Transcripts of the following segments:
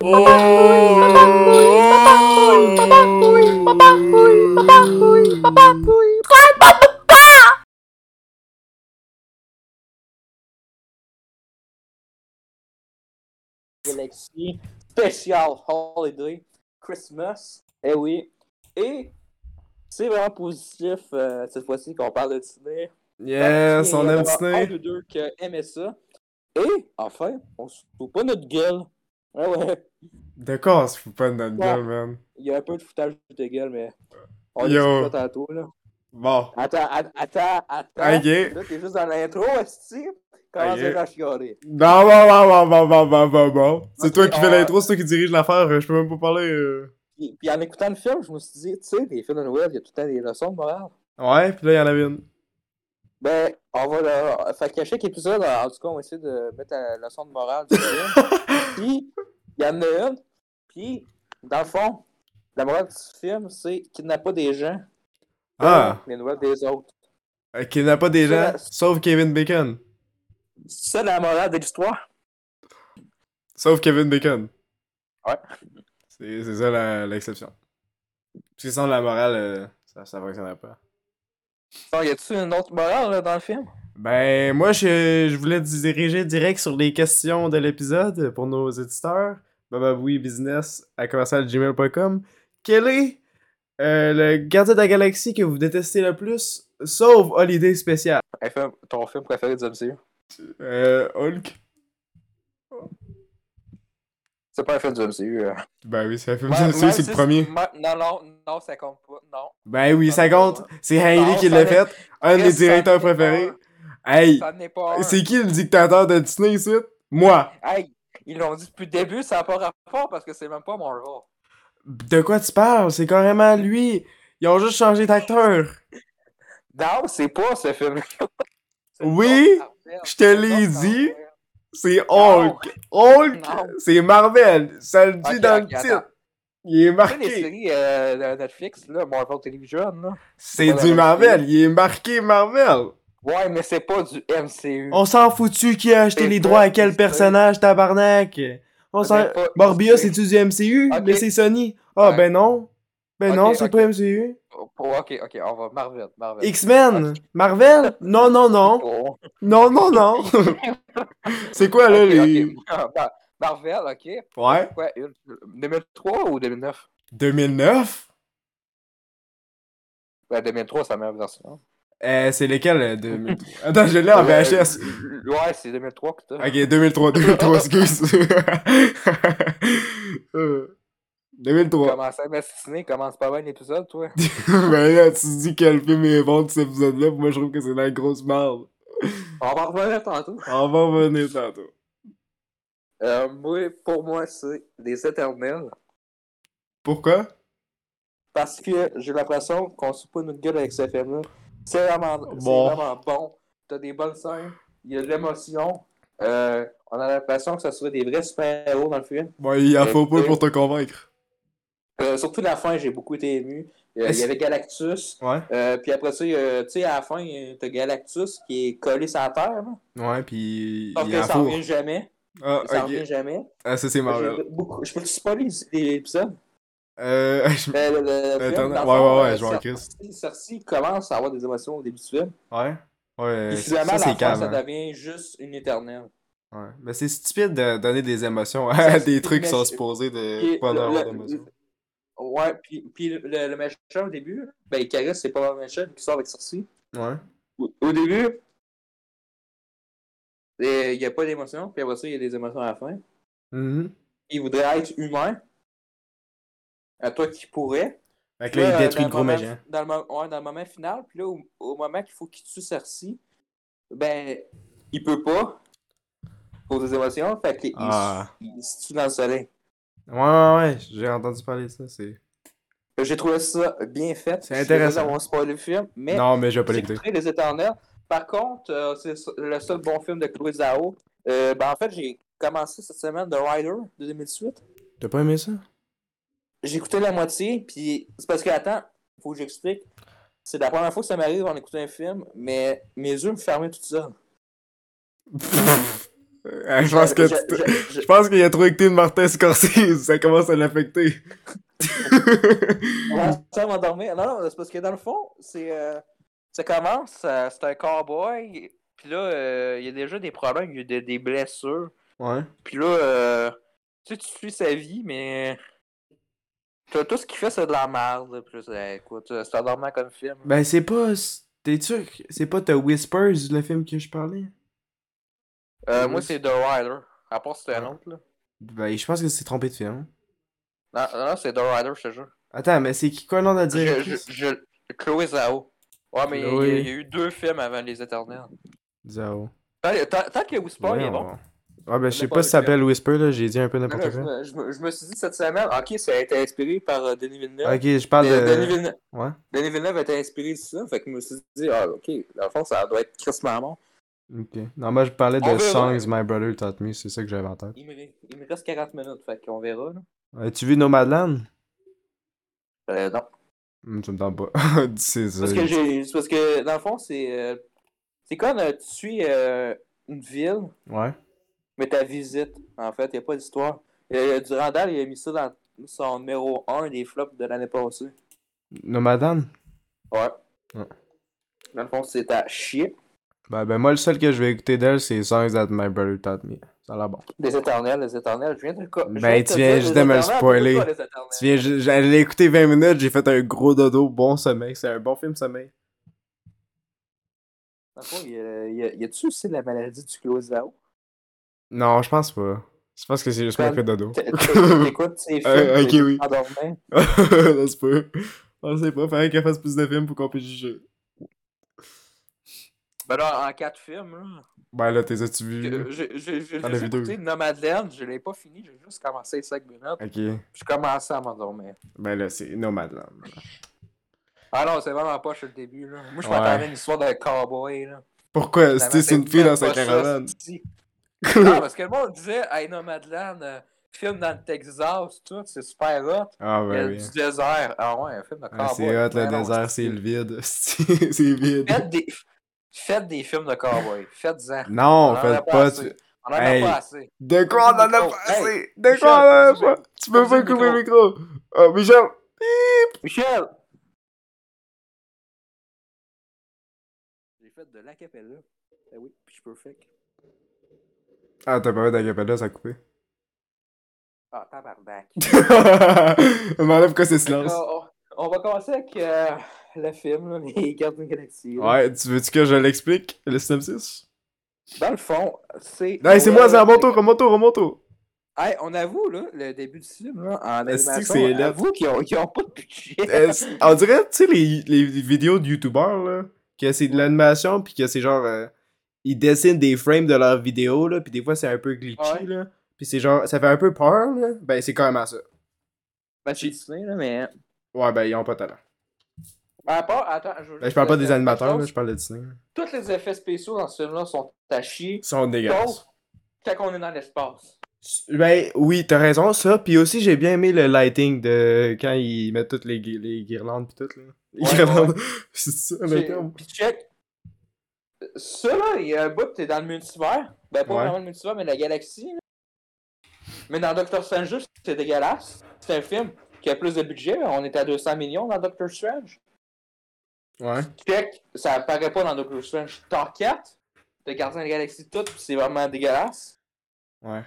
Oh. Galaxy Special Holiday Christmas. Eh oui. Et c'est vraiment positif euh, cette fois-ci qu'on parle de Disney. Yes, on Il y en aime a Un Euh, Disney. de deux qui aimait ça. Et enfin, on se fout pas notre gueule. Ah Ouais, ouais. De quoi on se fout pas de notre Ouais. gueule, man? Il y a un peu de foutage de gueule, mais on Yo. le dit pas tantôt, là. Bon. Attends, att- attends, attends. Ok. Là, t'es juste dans l'intro, Esti. Comment Ok. ça, à chialer? Non, bon, bon, bon, bon, bon, bon, bon, bon. C'est Ok, toi qui fais on- l'intro, c'est toi qui dirige l'affaire, euh, je peux même pas parler. euh. Puis, puis en écoutant le film, je me suis dit, tu sais, les films de Noël, il y a tout le temps des leçons de morale. Ouais, pis là, il y en avait une. Ben, on va le... Fait qu'à chaque épisode, en tout cas, on va essayer de mettre la leçon de morale du film. puis, il y en a une. Puis, dans le fond, la morale du film, c'est qu'il n'a pas des gens. Ah! Les nouvelles des autres. Euh, Qu'il n'a pas des C'est gens, la- sauf Kevin Bacon. C'est la morale de l'histoire. Sauf Kevin Bacon. Ouais. C'est c'est ça la- l'exception. Parce que sans la morale, euh, ça, ça fonctionnerait pas. Donc, y a-tu une autre morale là, dans le film? Ben, moi, je, je voulais diriger direct sur les questions de l'épisode pour nos éditeurs. Bababoui Business à commercialgmail.com. Quel est euh, le gardien de la galaxie que vous détestez le plus, sauf Holiday Spécial? Un film- Ton film préféré du MCU? Euh, Hulk? C'est pas un film du MCU. euh. Ben oui, c'est la film Ouais, c'est même c'est le si- premier. ma- Non, non, non, ça compte pas. Non. Ben oui, ça compte. C'est Hailey Non, qui ça l'a n'est- fait. Un de mes Chris, ça directeurs n'est pas préférés. un. Hey, Ça n'est pas un. c'est qui le dictateur de Disney ici? Moi. Hey, ils l'ont dit depuis le début, ça n'a pas rapport parce que c'est même pas mon genre. De quoi tu parles? C'est carrément lui. Ils ont juste changé d'acteur. Non, c'est pas ce film-là. C'est Oui, Thor Marvel. je te l'ai C'est Thor dit. Marvel. C'est Non. Hulk. Hulk, Non. c'est Marvel. Ça le dit Ok, dans ok, le attends. titre. Il est Tu sais, les marqué. séries euh, de Netflix, là, Marvel Television, là. C'est pas du la Marvel. Il est marqué Marvel. Ouais, mais c'est pas du MCU. On s'en foutu qui a acheté C'est les pas droits à quel Disney. personnage, tabarnak. On C'est s'en... pas Morbius, Disney. c'est-tu du MCU? Ok. Mais c'est Sony. Ah, Ouais. ben non. Ben Ok, non, c'est ok. pas MCU. Oh, oh, ok, ok, on va. Marvel, Marvel. X-Men? Marvel? Non, non, non. Oh. Non, non, non. c'est quoi, Ah, là, Ok, les... ok. Mar- Marvel, ok. Ouais. Quoi, Hulk, 2003 ou 2009? 2009? Ben, 2003, c'est la meilleure version. Euh, c'est lesquels, euh, 2003? Attends, je l'ai en VHS. Euh, Ouais, c'est 2003 que t'as. Ok, 2003, 2003, excuse. Euh, 2003. Commence à m'assassiner, commence pas bien l'épisode, toi. ben là, tu te dis quel film est bon de cet épisode-là, puis moi je trouve que c'est la grosse merde. On va revenir tantôt. On va revenir tantôt. Euh, moi, pour moi, c'est des éternels. Pourquoi? Parce que j'ai l'impression qu'on se pas notre gueule avec ce film-là. C'est vraiment, c'est Bon. vraiment bon. T'as des bonnes scènes, il y a de l'émotion. Euh, on a l'impression que ce serait des vrais super-héros dans le film. Bon, il en faut pas Euh, pour te convaincre. Euh, surtout la fin, j'ai beaucoup été ému. Euh, il Est-ce- y avait Galactus. Ouais. Euh, puis après ça, il y a- tu sais, à la fin, euh, t'as Galactus qui est collé sur la terre. là. Ouais, pis Sauf il que en ça en faut. revient jamais. Ah, Ça en ok. revient jamais. Ah, ça c'est Marvel. J'ai beaucoup- Je peux te spoiler les- les épisodes. Euh, je- Euh, le- le Attends, film, dans le ouais, fond, ouais, ouais, euh, je vois en Cer- crise. Cersei commence à avoir des émotions au début du film. Ouais. Ouais, Euh, Puis ça, finalement, à ça, la c'est fin, calme. ça hein. devient juste une éternelle. Ouais. Mais c'est stupide de donner des émotions à Ça, des c'est- trucs qui mais sont je- supposés de Puis Euh, pas le- avoir le- d'émotions. le- ouais, puis, puis le, le méchant au début, ben Icarus, c'est pas le méchant qui sort avec Cersei. Ouais. Au, au début, euh, il n'y a pas d'émotion, puis après ça, il y a des émotions à la fin. Mhm. Il voudrait être humain. À toi qui pourrais. Fait que là, il euh, détruit dans le gros moment- méchant. Dans le, mo- ouais, dans le moment final, puis là, au, au moment qu'il faut qu'il tue Cersei, ben, il peut pas. Pour des émotions, fait qu'il Ah. il, se- il se tue dans le soleil. Ouais, ouais, ouais, j'ai entendu parler de ça. C'est... J'ai trouvé ça bien fait. C'est Je suis désolé intéressant. d'avoir spoilé le film, mais Non, mais je vais pas j'ai l'écouter. écouté Les Éternels. Par contre, euh, c'est le seul bon film de Chloé Zhao. Euh, ben, en fait, j'ai commencé cette semaine The Rider de 2018. T'as pas aimé ça? J'ai écouté la moitié, puis c'est parce que, attends, faut que j'explique. C'est la première fois que ça m'arrive en écoutant un film, mais mes yeux me fermaient tout seul. Euh, je pense que tu te- je- je- je pense qu'il a trop écouté de Martin Scorsese, ça commence à l'affecter. On va ça m'endormir. Non, non, c'est parce que dans le fond, c'est. euh, ça commence, euh, c'est un cowboy. Puis là, euh, il y a déjà des problèmes, il y a des, des blessures. ouais. Puis là, euh, tu sais, tu suis sa vie, mais. Tout, tout ce qu'il fait, c'est de la merde. Puis là, c'est- écoute, c'est endormant comme film. Ben c'est pas t'es turc, c'est pas The Whispers le film que je parlais. Euh, oui. moi, c'est The Rider. À part si c'est un Ouais. autre, là. Ben je pense que c'est trompé de film. Non, non, non, c'est The Rider, je te jure. Attends, mais c'est qui quoi le nom de la Je, directrice? je, je- Chloé Zhao. Ouais, mais il y a- Chloé. il y, a eu deux films avant Les Éternels. Zao. Tant, tant- tant que Whisper Ouais, est bon. Ouais, ben je sais N'importe pas si ça lequel. s'appelle Whisper là, j'ai dit un peu Non, n'importe non, je, quoi. me, je me- je me suis dit cette semaine, ok, ça a été inspiré par euh, Denis Villeneuve. Ok, je parle Mais euh, Denis, de. Villeneuve, euh, Ouais. Denis Villeneuve a été inspiré de ça, fait que je me suis dit, ah, ok, dans le fond, ça doit être Chris Mamon. Ok. Non, moi je parlais On de verra. Songs My Brother Taught Me, c'est ça que j'avais en tête. Il me, re- il me reste 40 minutes, fait qu'on verra. Là. As-tu vu Nomadland? Euh, non. Hum, tu me tentes pas. c'est ça. Parce que, j'ai- c'est parce que, dans le fond, c'est. euh, c'est comme euh, tu suis euh, une ville, Ouais. mais ta visite, en fait, il n'y a pas d'histoire. Euh, Durandal, il a mis ça dans son numéro 1 des flops de l'année passée. Nomadland? Ouais. Ouais. Dans le fond, c'est à chier. Ben, ben moi le seul que je vais écouter d'elle c'est Songs That My Brother Taught Me. Ça a l'air bon. Des éternels, les éternels, je viens de quoi? Ben, tu viens juste de me le spoiler. Tu viens, je- j'allais l'écouter 20 minutes, j'ai fait un gros dodo, bon sommeil. C'est un bon film sommeil. y a- y a- y a-tu aussi la maladie du Closao? Non, je pense pas. Je pense que c'est juste moi Ben, qui fais dodo. T'écoutes ces films, Euh, ok, t'es oui. endormant. ça se peut. On sait pas, fallait qu'elle fasse plus de films pour qu'on puisse juger. Ben là, en quatre films, là, Ben là, t'es as-tu vu? que- là? j'ai j'ai- j'ai Dans la juste vidéo. écouté Nomadland, je l'ai pas fini, j'ai juste commencé les cinq minutes, Ok. puis je commençais à m'endormir. Ben là, c'est Nomadland. Ah non, c'est vraiment pas sur le début, là. Moi, je Ouais. m'attendais à une histoire d'un cowboy, là. Pourquoi? C'était c'est une fille dans sa Pas ça, caravane. c'est-tu. Non, parce que le monde disait, hey, Nomadland, euh, film dans le Texas, tout, c'est super hot. Ah Il y a ben oui. du désert. Ah ouais, un film de cowboy. Ah, c'est hot, le Ouais, non, désert, c'est le vide. c'est vide. Faites des... Faites des films de cowboy. Faites-en. Non, en a faites pas pas. assez. tu- On en Hey. a pas assez. De quoi on en a Hey, pas assez? De quoi Michel, on en a pas? Tu peux coupe pas le couper le micro. Oh, Michel! Michel! J'ai fait de l'acapella. Ben oui, puis je suis perfect. Ah, t'as pas fait d'acapella, ça a coupé. Ah, tabarnak. On m'enlève pourquoi c'est silence. on, on va commencer avec euh, le film, là, les Gardiens Galaxy. Ouais, tu veux-tu que je l'explique, le synopsis? Dans le fond, c'est. Hey, c'est moi, c'est à mon tour, à mon tour, à mon tour. Hey, on avoue, là, le début du film, là, en Est-ce que animation, c'est on laid? avoue qu'ils ont, qu'ils ont pas de budget. Euh, c'est- On dirait, tu sais, les, les vidéos de youtubeurs, là, que c'est de l'animation, puis que c'est genre. euh, ils dessinent des frames de leurs vidéos, là, puis des fois c'est un peu glitchy, Ouais. là. Puis c'est genre, ça fait un peu peur, là. Ben, c'est carrément ça. Ben, c'est Disney, là, mais. Ouais, ben, ils ont pas de talent. À part, attends, je, veux Ben, je juste parle pas dire des animateurs, là, quelque je parle de Disney. chose. Tous les effets spéciaux dans ce film-là sont à chier, Ils sont dégueulasses. sauf quand on est dans l'espace. Ben oui, t'as raison, ça. Puis aussi, j'ai bien aimé le lighting de quand ils mettent toutes les, gui- les guirlandes pis tout, là. Les Ouais, guirlandes. c'est ça, le J'ai- terme. Puis check. Ça, là, il y a un bout, t'es dans le multivers. Ben, pas Ouais. vraiment le multivers, mais la galaxie. là. Mais dans Doctor Strange, c'est dégueulasse. C'est un film qui a plus de budget. On est à 200 millions dans Doctor Strange. Ouais. Check, ça apparaît pas dans Doctor Strange. Thor 4, de Gardien de la Galaxie, tout, puis c'est vraiment dégueulasse. Ouais.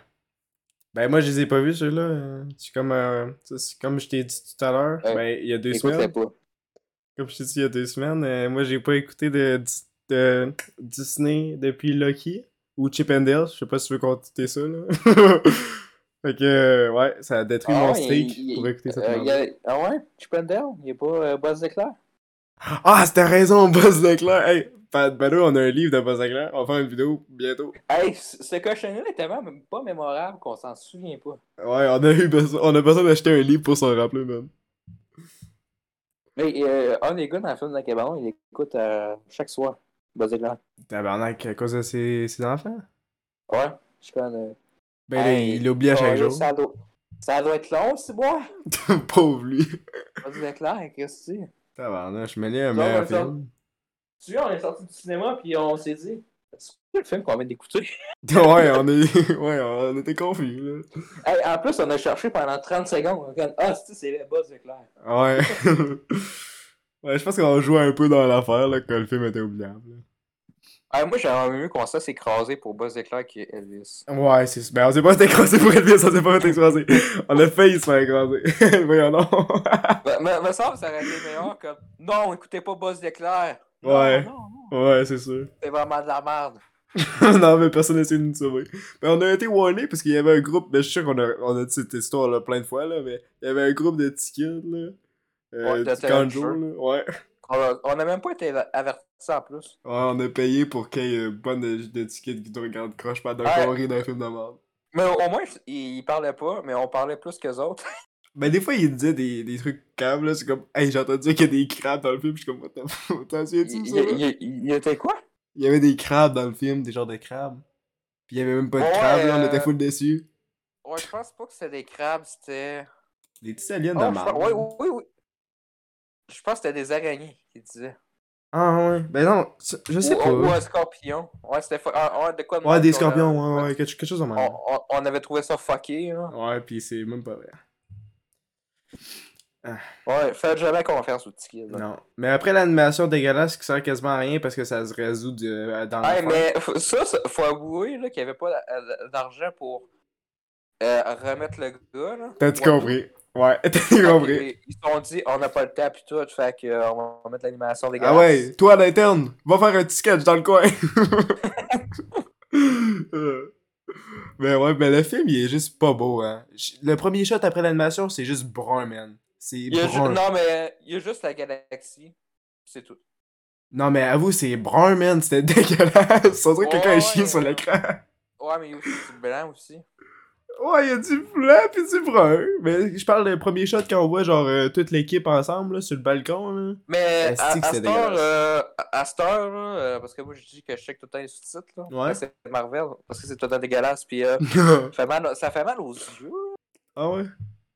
Ben moi, je les ai pas vus, ceux-là. Euh, C'est comme, euh, ça, c'est comme je t'ai dit tout à l'heure. Ouais. Ben, il y a deux Écoutez semaines. pas. Comme je t'ai dit il y a deux semaines, euh, moi, j'ai pas écouté de, Dis- de Disney depuis Lucky ou Chip and Dale. Je sais pas si tu veux compter ça, là. fait que, euh, ouais, ça a détruit Ah mon ouais, steak il- il- pour écouter cette Euh, merde. y a- Ah ouais? Chip and Dale? Il n'y a pas euh, Buzz l'éclair? Ah, c'était raison, Buzz Leclerc. Hey, Pat Ballot, on a un livre de Buzz Leclerc. On va faire une vidéo bientôt. Hey, c- ce cochonnet est tellement même pas mémorable qu'on s'en souvient pas. Ouais, on a eu besoin, on a besoin d'acheter un livre pour s'en rappeler, man. Mais euh, un des gars dans le film de Caballon, il écoute euh, chaque soir Buzz l'éclair. Tabarnak, à cause de ses, ses enfants? Ouais, je connais. Ben, là, Hey, il l'oublie à chaque Oh, là, jour. Ça doit... ça doit être long, c'est moi? Pauvre lui. Buzz l'éclair, qu'est-ce que c'est? Tabarnak, je me lis un Non, meilleur mais ça- film. Tu vois, on est sorti du cinéma, puis on s'est dit, est-ce le film qu'on vient d'écouter. ouais, on est... ouais, on était confus, là. Hey, en plus, on a cherché pendant 30 secondes. On a dit, ah, c'est c'est le boss d'éclair. Ouais. ouais, je pense qu'on jouait un peu dans l'affaire, là, que le film était oubliable. là. Ah, moi, j'aurais mieux qu'on ça s'écraser pour Buzz d'éclair qui est Elvis. Ouais, c'est... Ben, on s'est pas fait écraser pour Elvis, on s'est pas fait écraser. On a failli se faire écraser. Voyons donc. Me Ben, me- me semble que ça aurait été meilleur comme Non, écoutez pas Buzz d'éclair. Non, Ouais. Non, non, ouais, c'est sûr. c'est vraiment de la merde. non, mais personne n'a essayé de nous sauver. Mais on a été warnés parce qu'il y avait un groupe, mais je suis sûr qu'on a, on a dit cette histoire-là plein de fois, là, mais il y avait un groupe de petits kids, là. Euh, Ouais, de du talent Kanjo, show. là. Ouais. ouais, On a, on a même pas été avertis en plus. on a payé pour qu'il y ait une bonne de, de petits kids qui nous regardent croche pas d'un Ouais. corps d'un film de merde. Mais au, au moins, ils, ils parlaient pas, mais on parlait plus qu'eux autres. Mais Ben, des fois, ils disaient des, des trucs calmes, là. C'est comme, hey, j'ai entendu dire qu'il y a des crabes dans le film, je suis comme, what the fuck, t'en Il, souviens-tu de ça, là? il, il- il- il était quoi Il y avait des crabes dans le film, des genres de crabes. Puis il y avait même pas de Ouais, crabes, là, on euh, était full dessus. Ouais, je pense pas que c'était des crabes, c'était. Des petits aliens Oh, de je merde. pense- ouais, oui, oui, oui. Je pense que c'était des araignées qu'ils disaient. Ah ouais, ben non, ça- je sais ou, pas. ou un scorpion. Ouais, c'était. fu- ah, ah, de quoi de Ouais, même des qu'on a- scorpions, ouais, ouais, quelque, quelque chose en même. On, on- on avait trouvé ça fucké, là. Oh. Ouais, pis c'est même pas vrai. Ouais, faites jamais confiance aux petits kids. là. Non. Mais après l'animation dégueulasse qui sert quasiment à rien parce que ça se résout de, euh, dans Hey, l'affaire. mais f- ça, ça- faut avouer là, qu'il n'y avait pas d'a- d'argent pour euh, remettre le gars. là. T'as tout Ouais. compris. Ouais, t'as tout Fait compris. qu'ils- Ils se sont dit, on n'a pas le temps, puis tout, fait qu'on va mettre l'animation des gars. Ah ouais, toi à l'interne, va faire un petit sketch dans le coin. mais ouais, mais le film, il est juste pas beau, hein. J- Le premier shot après l'animation, c'est juste brun, man. C'est Il y a ju- brun. non, mais il y a juste la galaxie. C'est tout. Non, mais avoue, c'est brun, man. C'était dégueulasse. On dirait que quelqu'un Ouais, est chié ouais. sur l'écran. Ouais, mais il y a aussi du blanc aussi. Ouais, il y a du blanc pis du brun. Mais je parle du premier shot quand on voit genre euh, toute l'équipe ensemble là, sur le balcon. Là. Mais Esti à, à, Ben, que c'est cette heure, dégueulasse. euh, à- à cette heure, là, euh, parce que moi je dis que je check tout le temps les sous-titres, là, Ouais. parce que c'est Marvel, parce que c'est tout le temps dégueulasse, puis euh, ça fait mal- ça fait mal aux yeux. ah ouais?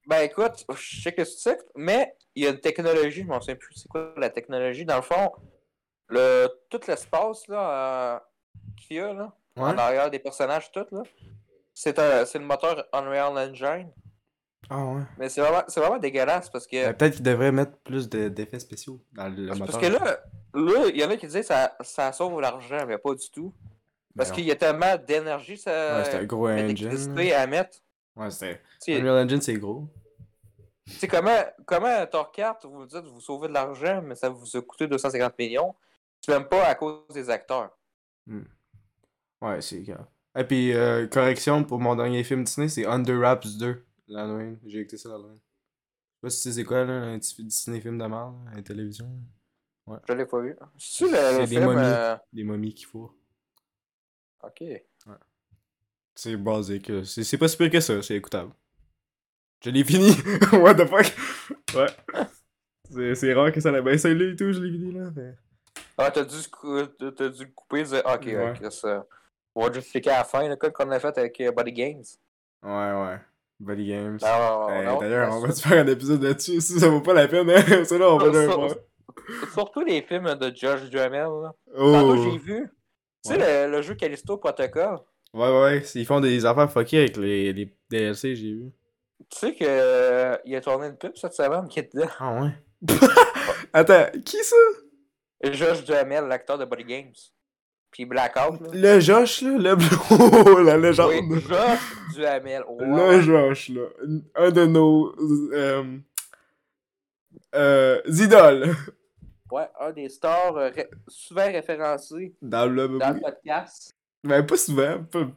Ben écoute, je sais que c'est ça, mais il y a une technologie, je m'en souviens plus c'est quoi la technologie. Dans le fond, le, tout l'espace là, euh, qu'il y a là, Ouais? en arrière des personnages, tout là, c'est un- c'est le moteur Unreal Engine. Ah ouais. Mais c'est vraiment, c'est vraiment dégueulasse parce que, Ben, Peut-être qu'il devrait mettre plus de- d'effets spéciaux dans le parce moteur. que là, là, il y en a qui disaient ça, ça sauve l'argent, mais pas du tout. Parce Ben qu'il y a tellement d'énergie, non. ça. Ouais, c'était un gros mais engine. d'électricité là. à mettre. Ouais, c'était. Tu sais- Unreal Engine, c'est gros. tu sais, comment, comment Torquart, vous dites, vous sauvez de l'argent, mais ça vous a coûté 250 millions. C'est même pas à cause des acteurs. Ouais, c'est grave. Et puis, euh, correction pour mon dernier film Disney, c'est Under Wraps 2, l'Halloween. J'ai écouté ça l'Halloween. Je sais pas si tu sais c'est quoi, là, un petit Disney film de merde, là, à la télévision. là. Je l'ai pas vu. C'est le, C'est le des film. momies. euh, Des momies qui fourrent. Ok. C'est basique. euh, C'est, c'est pas si pire que ça, c'est écoutable. Je l'ai fini! What the fuck? Ouais. C'est, c'est rare que ça la baisse là et tout, je l'ai fini là. mais- Ah, t'as dû, se cou- t'as- t'as dû le couper et dire, ah, ok, Ouais. ok, ça. On va justifier à la fin, le code qu'on a fait avec euh, Body Games. Ouais, ouais. Body Games. Ben, on- on- Eh, on- d'ailleurs, on on- va se faire un épisode là-dessus si ça vaut pas la peine. Hein? Ça là, on va Ça- le ça- voir. Surtout les films de Josh Duhamel. Là. Tantôt, Oh! j'ai vu. Tu sais, le, le jeu Callisto Protocol, Ouais, ouais, ouais. Ils font des affaires fuckées avec les, les DLC, j'ai vu. tu sais qu'il euh, il a tourné une pub cette semaine qui était Ah ouais? Attends, qui ça? Josh Duhamel, l'acteur de Body Games. Puis Blackout. Là. Le Josh, là? Le blond, la légende. Oui, Josh Duhamel. Ouais, Le ouais. Josh, là. Un de nos. Euh, euh, idoles. Ouais, un des stars euh, ré- souvent référencés Dans le. dans le podcast. Ben, pas souvent. pas-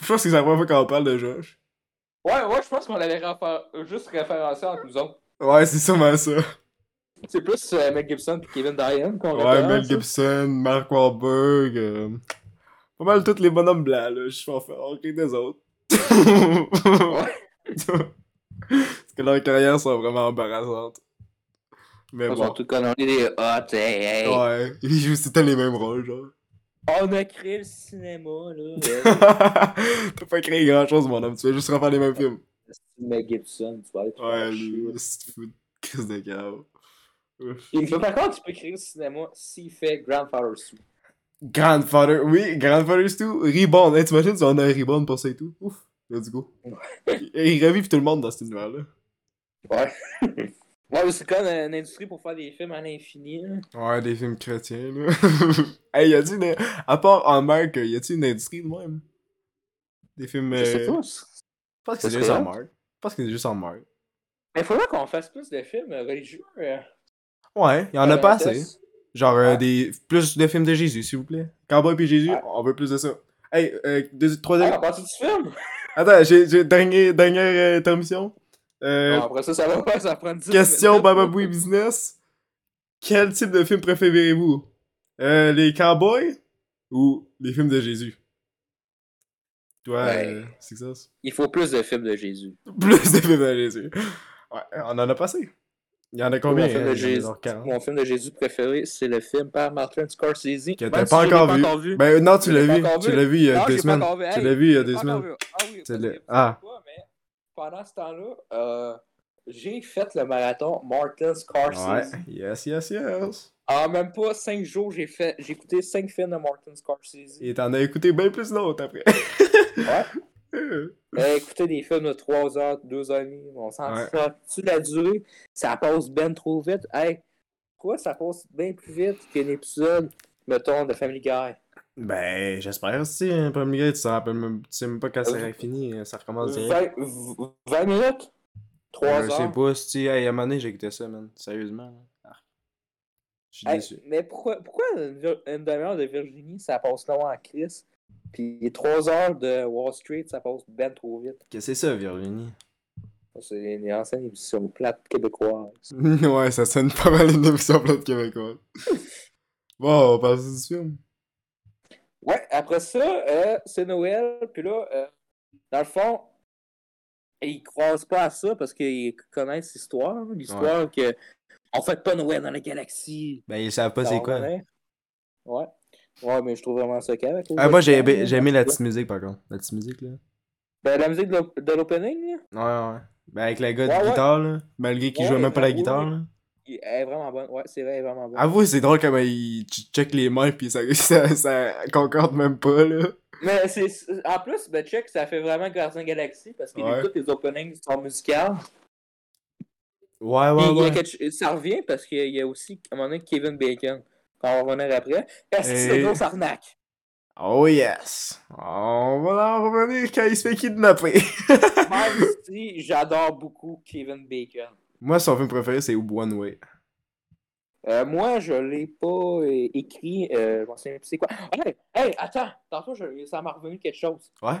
Je pense que c'est la première fois qu'on parle de Josh. Ouais, ouais, je pense qu'on l'avait réfé- juste référencé entre nous autres. Ouais, c'est sûrement ça. C'est plus euh, Mel Gibson et Kevin Dyan qu'on Ouais, référence, Mel ça. Gibson, Mark Wahlberg. euh, Pas mal tous les bonhommes blancs, là. Je suis en fait rire des autres. Parce que leurs carrières sont vraiment embarrassantes. Mais Ils bon. sont tous connonnés des hot, hey, hey. Ouais, ils jouent tout le temps les mêmes rôles, genre. On a créé le cinéma, là. euh, T'as pas créé grand chose, mon homme. Tu veux juste refaire les mêmes films. Mel Gibson, tu vas être Ouais, fâché. lui, c'est fou. Crise de cave. Il peut, par contre, tu peux créer le cinéma s'il fait Grandfather Sue. Grandfather, oui, Grandfather's 2, Reborn. Hey, t'imagines si on a un Reborn pour ça et tout? Ouf, let's go. Et ils revivent tout le monde dans cet univers-là. Ouais. ouais, mais c'est comme euh, une industrie pour faire des films à l'infini. là. Ouais, des films chrétiens, là. hey, y a-t-il une... À part Hallmark, y a-t-il une industrie de même? Des films... Je sais euh, pas. Je pense que c'est Ça juste serait Hallmark. Je pense que c'est juste Hallmark. Mais faudrait qu'on fasse plus de films euh, religieux. euh, Ouais, y en euh, a pas de- assez. Genre, euh, Ouais. des... plus de films de Jésus, s'il vous plaît. Cowboy puis Jésus, Ouais. on veut plus de ça. Hey, euh, deux, troisième... Ah, on passe du film? Attends, j'ai, j'ai dernier, dernière euh, intermission. Euh, Bon, Ah, après ça, ça va pas, ça prend 10 question minutes. Bababoui Business. Quel type de film préférez-vous? Euh, les cowboys ou les films de Jésus? Toi, Ouais. euh, success. Il faut plus de films de Jésus. Plus de films de Jésus. Ouais, on en a passé. Il y en a combien? Mon film, hein? de Il y en a Jésus, genre 40. mon film de Jésus préféré, c'est le film par Martin Scorsese. Que Même t'as si pas je l'ai encore vu. Ben non, tu Je l'ai l'as pas vu. encore Tu vu. l'as vu il y a Non, deux j'ai pas semaines. encore vu. Tu Hey, l'as vu il y a j'ai deux pas semaines. encore vu. Ah oui, C'est parce le- que vous ah. savez pas, mais pendant ce temps-là, euh, j'ai fait le marathon Martin Ouais. Scorsese. Yes, yes, yes. En même pas 5 jours, j'ai fait, j'ai écouté 5 films de Martin Scorsese. Et t'en as écouté bien plus d'autres après. J'ai écouté Euh, des films de 3 heures, 2 heures et demie, on s'en Ouais. sortit la durée. Ça passe ben trop vite. Hey, pourquoi ça passe bien plus vite qu'un épisode, mettons, de Family Guy? Ben, j'espère aussi, hein, premier gars, tu t'en rappelles même, tu sais même pas quand ça Euh, aurait fini, hein, ça recommence direct. 20, v- 20 minutes? 3 Je heures? sais pas, si, hey, à un moment donné, j'écoutais ça, man, sérieusement. là. Ah. Je suis Hey, déçu. mais pourquoi, pourquoi une, vir- une demi-heure de Virginie, ça passe long en crise, puis trois heures de Wall Street, ça passe ben trop vite? Qu'est-ce que c'est ça, Virginie? Ça, C'est une ancienne émission plate québécoise. ouais, ça sonne pas mal une émission plate québécoise. bon, on parle du film. Ouais, après ça, euh, c'est Noël, puis là, euh, dans le fond, ils croisent pas à ça parce qu'ils connaissent l'histoire, hein, l'histoire que on fait pas Noël dans la galaxie. Ben, ils savent pas Dans c'est quoi. le- Ouais. Ouais, mais je trouve vraiment ça calme. à cause Ah, de moi, ça, j'ai hein, aimé, j'ai aimé la parce petite musique, par contre. La petite musique, là. que- Ben, la musique de l'op- de l'opening, là, Ouais, ouais. Ben, avec la gars de Ouais, ouais. guitare, là. Malgré qu'il Ouais, jouait même ouais, pas la ouais, guitare, ouais. là. elle est vraiment bonne. Ouais, c'est vrai, elle est vraiment bonne. Avoue, c'est drôle comment il ch- check les mains pis ça, ça, ça concorde même pas, là. Mais c'est c'est- en plus, ben check, ça fait vraiment Guardian Galaxy parce qu'il Ouais. écoute les openings sont musicales. Ah Ouais, ouais, Puis il y a ouais. quelque- Ça revient parce qu'il y a aussi à un moment donné Kevin Bacon. Quand on va revenir après. Est-ce que Et- c'est une grosse arnaque? Oh yes! On va en revenir quand il se fait kidnapper! Même si j'adore beaucoup Kevin Bacon. Moi, son film préféré, c'est One Way. Euh, moi, je l'ai pas euh, écrit. Euh, je m'en souviens plus c'est quoi. Hey, hey, attends! Tantôt, je- ça m'a revenu quelque chose. Ouais?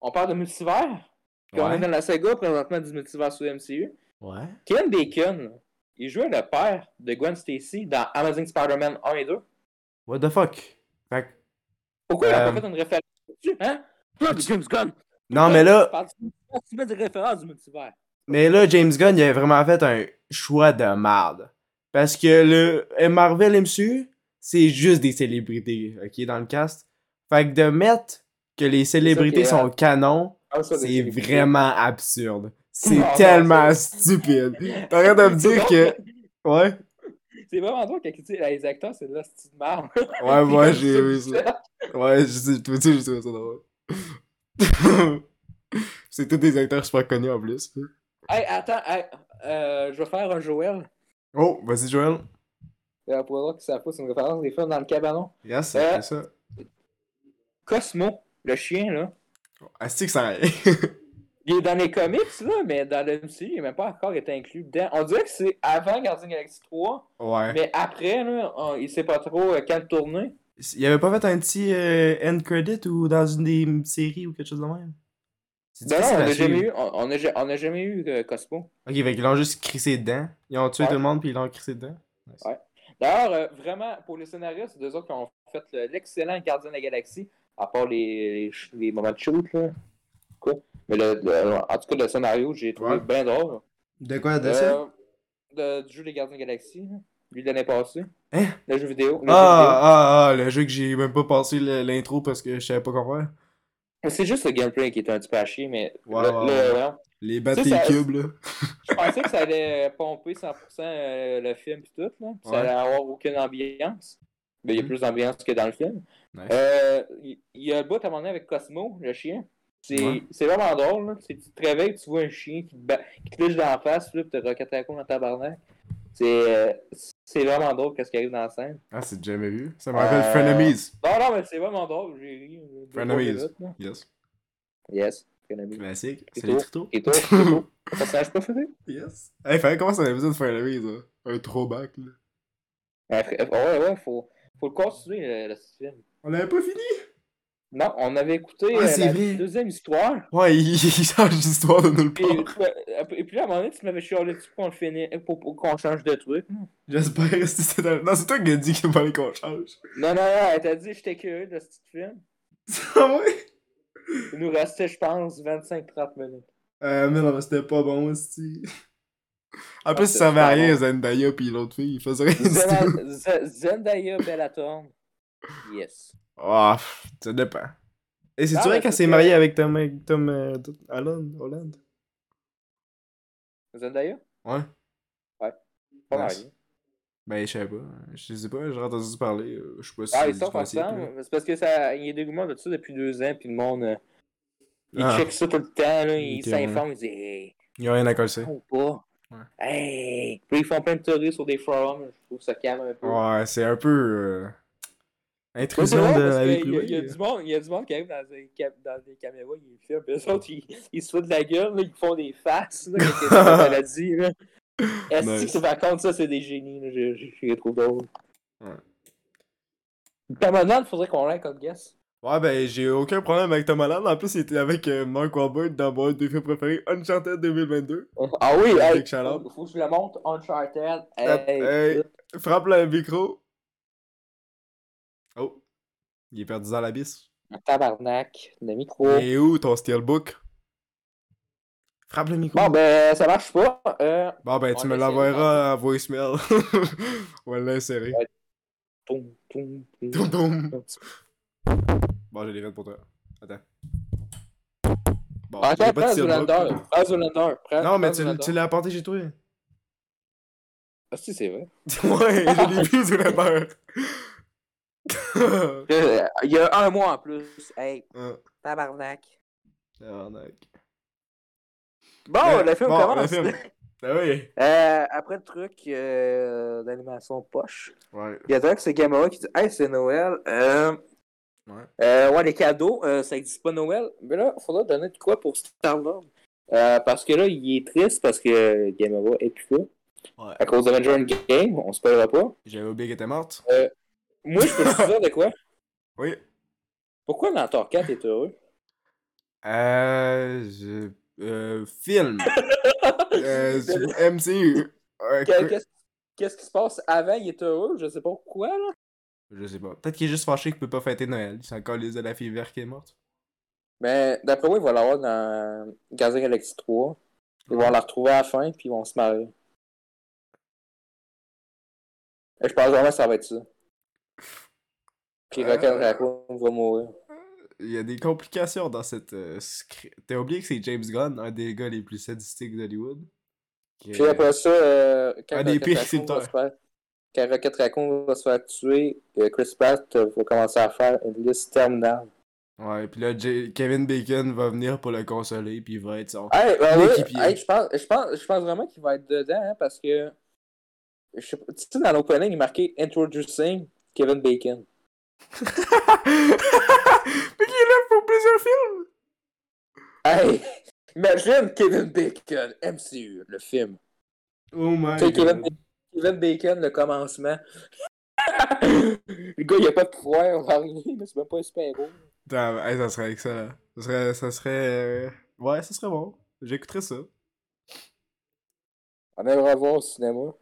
On parle de multivers. Puis on est dans la saga présentement du multivers sous MCU. Ouais? Kevin Bacon, il jouait le père de Gwen Stacy dans Amazing Spider-Man 1 et 2. What the fuck? Fait que- Pourquoi il n'a Euh, pas fait une référence là-dessus, hein? Ah, du James Gunn! Non, mais là, Parle- Tu mets des références du multivers. mais là, James Gunn, il a vraiment fait un choix de merde. Parce que le euh, Marvel MCU, c'est juste des célébrités, ok, dans le cast. Fait que de mettre que les célébrités qui est- sont canons, Ah, ça, c'est vraiment absurde. C'est Ah, Non, non, tellement c'est- stupide. T'arrêtes de me dire que. Ouais? C'est vraiment drôle quand tu dis les acteurs, c'est de la style de marde. Ouais, moi, j'ai vu ça. Ouais, je sais, je peux dire, j'ai trouvé ça drôle. c'est tous des acteurs super connus en plus. Hey, attends, hey, euh, je vais faire un Joel. Oh, vas-y Joël. Euh, pour voir que ça pousse une référence des films dans le cabanon. Yes, Euh. c'est ça. Cosmo, le chien, là. Asti Ah, que ça aille. Il est dans les comics, là, mais dans le MCU, il n'a même pas encore été inclus dedans. On dirait que c'est avant Guardian Galaxy 3, ouais. mais après, là, on- il sait pas trop euh, quand le tourner. Il avait pas fait un petit euh, end credit ou dans une des séries ou quelque chose de même? C'est Ben difficile non, on à n'a suivre. jamais eu, on, on a, ja- on a jamais eu euh, Cosmo. Ok, fait qu'ils l'ont juste crissé dedans. Ils ont tué Ouais. tout le monde puis ils l'ont crissé dedans. Nice. Ouais. D'ailleurs, euh, vraiment, pour les scénaristes, c'est deux autres qui ont fait le- l'excellent Gardien de la Galaxie, à part les, les, ch- les moments de shoot, là. Quoi? Mais le, le- en tout cas, le scénario, j'ai trouvé Ouais. bien drôle. De quoi, de Euh, de- du jeu des Gardiens de la Galaxie, là, lui de l'année passée. Hein? Le jeu vidéo. le jeu vidéo. Ah, ah, ah, le jeu que j'ai même pas passé le- l'intro parce que je savais pas quoi faire. Mais C'est juste le gameplay qui est un petit peu à chier, mais Ouais, le- ouais, le- Les Tu sais, Battle ça- Cubes, là. je pensais que ça allait pomper 100% euh, le film et tout, là. puis Ouais. ça allait avoir aucune ambiance. Mais il y a Mhm. plus d'ambiance que dans le film. Nice. Euh, Il il y a le bout à un moment donné avec Cosmo, le chien. C'est Ouais. c'est vraiment drôle. là. C'est- Tu te réveilles, tu vois un chien qui te, bat- qui te liche dans la face, là, pis te roquette un coup dans ta barnaque. C'est euh, c'est vraiment drôle qu'est-ce qui arrive dans la scène. Ah, c'est jamais vu. Ça me rappelle Euh, Frenemies. Non, non, mais c'est vraiment drôle. J'ai ri. euh, deux, trois Frenemies. minutes, là. Yes. Yes, Frenemies. Classique. Et C'est les toi? tritos. Et toi, c'est ton personnage préféré? Yes. Hey, fallait qu'on commence un épisode de Frenemies, là. Un throwback, là. Ouais, fr- ouais, ouais, faut, faut le continuer, le, le film. On l'avait pas fini? Non, on avait écouté Ah, euh, c'est la vrai. Ah. deuxième histoire. Ouais, il, il change d'histoire de nulle Puis, part. euh, et puis là, à un moment donné, tu m'avais chialé dessus pour qu'on le finisse, pour, pour qu'on change de truc. Hmm. J'espère que c'est dans... Non, c'est toi qui as dit qu'il fallait qu'on change. Non, non, non, elle t'a dit, j'étais curieux de ce petit film. Ah ouais? Il nous restait, je pense, 25-30 minutes. Euh, mais non, mais c'était pas bon, aussi. En Ah, plus, c'était ça servait à pas rien, bon. Zendaya pis l'autre fille, il faisait rien du tout. Zena- Z- Zendaya Bellatorn. Yes. Ah, pff, ça dépend. Ah, ben, Et c'est-tu Non, vrai mais qu'elle c'est s'est que- mariée avec Tom... Tom... euh, Holland? Holland? Zendaya? Ouais. Pas Nice. mariée. Ben, je sais pas. Je sais pas, j'ai entendu parler. euh, Je sais pas si Ah, c'est ils sont du gossip, là. ensemble. C'est parce que ça, il y a des rumeurs de ça depuis deux ans, puis le monde, euh, il Ah. check ça tout le temps, là, il Ok, s'informe, il dit, hey, Ils ont rien à coller. ou pas. Ouais. Hey! Puis ils font plein de théories sur des forums, je trouve ça calme un peu. Ouais, c'est un peu. euh, Ouais, c'est intrusion vrai, de parce la vie que y a- y a privée. du monde- Il y a du monde qui arrive dans des, cam- dans des caméras, ils filment, puis eux autres, ils, ils se foutent de la gueule, là, ils font des faces, là, avec des maladies. là. Est-ce Nice. que par contre, ça, c'est des génies, là, je, je, je les trouve drôles. Ouais. Par maintenant, il faudrait qu'on l'aille comme guest. Ouais, ben, j'ai aucun problème avec Tom Holland. En plus, il était avec euh, Mark Wahlberg dans mon deux films préférés, Uncharted 2022. Ah oui, Avec hey, Charlotte. faut, faut que je le monte, Uncharted. Hop, Hey, hey. Frappe le micro. Oh. Il est perdu dans l'abysse. un tabarnak, le micro. Et où ton steelbook? Frappe le micro. Bon, ben, ça marche pas. Euh, Bon, ben, tu on me essaie l'enverras en voicemail. On va l'insérer. toum, toum, toum. Toum, toum. Bon, j'ai les rênes pour toi. Attends. Bon, Attends, j'ai pas de prends steelbook. Zoolander. Prends Zoolander. prends- Non, mais prends tu, Zoolander. tu l'as apporté chez toi. ouais, Ah, si, c'est vrai. je l'ai vu, Zoolander. Euh, Il y a un mois en plus. Hey, Ah, tabarnak. tabarnak. Bon, Ouais, le film bon, commence. le film. Ah oui. Euh, après le truc euh, d'animation poche, Ouais. il y a un truc, c'est Gamora qui dit Hey, c'est Noël. Euh, Ouais. euh, ouais, les cadeaux, euh, ça existe pas Noël. Mais là, faudra donner de quoi pour Star-Lord. Euh, parce que là, il est triste parce que Gamora est plus là. Ouais. À cause d'Avengers Endgame, on se paiera pas. J'avais oublié qu'elle était morte. Moi, je peux te dire de quoi Oui. Pourquoi Mentor 4 est heureux Euh. Je... euh film. euh, je- MCU. Euh, Qu'est- Qu'est-ce qu'est-ce qui se passe avant Il est heureux, je sais pas pourquoi. Là. Je sais pas. Peut-être qu'il est juste fâché qu'il peut pas fêter Noël. C'est encore les de la fille verte qui est morte. Mais d'après moi, il va l'avoir dans Guardians Galaxy 3. Ils vont la retrouver à la fin, puis ils vont se marier. Et je pense vraiment que ça va être ça. Puis Euh. Rocket Raccoon va mourir. Il y a des complications dans cette. euh, script. T'as oublié que c'est James Gunn, un des gars les plus sadistiques d'Hollywood. Que- Puis après ça, euh, quand, Un des Rocket pires Raccoon va se scripteurs. faire, quand Rocket Raccoon va se faire tuer, euh, Chris Pratt euh, va commencer à faire une liste terminale. Ouais, puis là, J- Kevin Bacon va venir pour le consoler, puis il va être son. Hey, ben oui, L'équipier. hey, je pense, je pense, je pense vraiment qu'il va être dedans hein, parce que je sais pas, tu sais dans l'opening il est marqué introducing Kevin Bacon. mais qui est là pour plusieurs films! Hey, imagine Kevin Bacon MCU le film. Oh my Tu sais, Kevin god. Kevin Bacon le commencement. le gars il a pas de pouvoir, on va rien, mais c'est même pas un super héros. Damn, hey, ça serait excellent. Ça serait. Ça serait euh, Ouais, ça serait bon. J'écouterais ça. On aimerait voir au cinéma.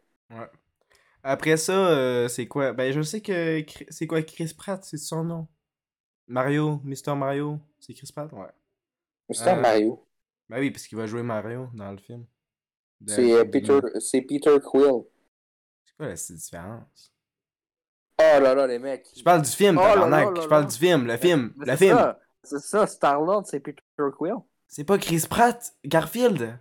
Après ça, euh, c'est quoi? Ben, je sais que. Chri- C'est quoi Chris Pratt? C'est son nom. Mario, Mr. Mario. C'est Chris Pratt? Ouais. Mais C'est un Euh, Mario. Ben oui, parce qu'il va jouer Mario dans le film. De- C'est euh, de- Peter, c'est Peter Quill. C'est quoi la petite différence? Oh là là les mecs. Je parle du film, Oh là tabarnak! là là Je parle là. du film, le film, Mais le c'est film! ça, C'est ça, Star Lord c'est Peter Quill. C'est pas Chris Pratt, Garfield!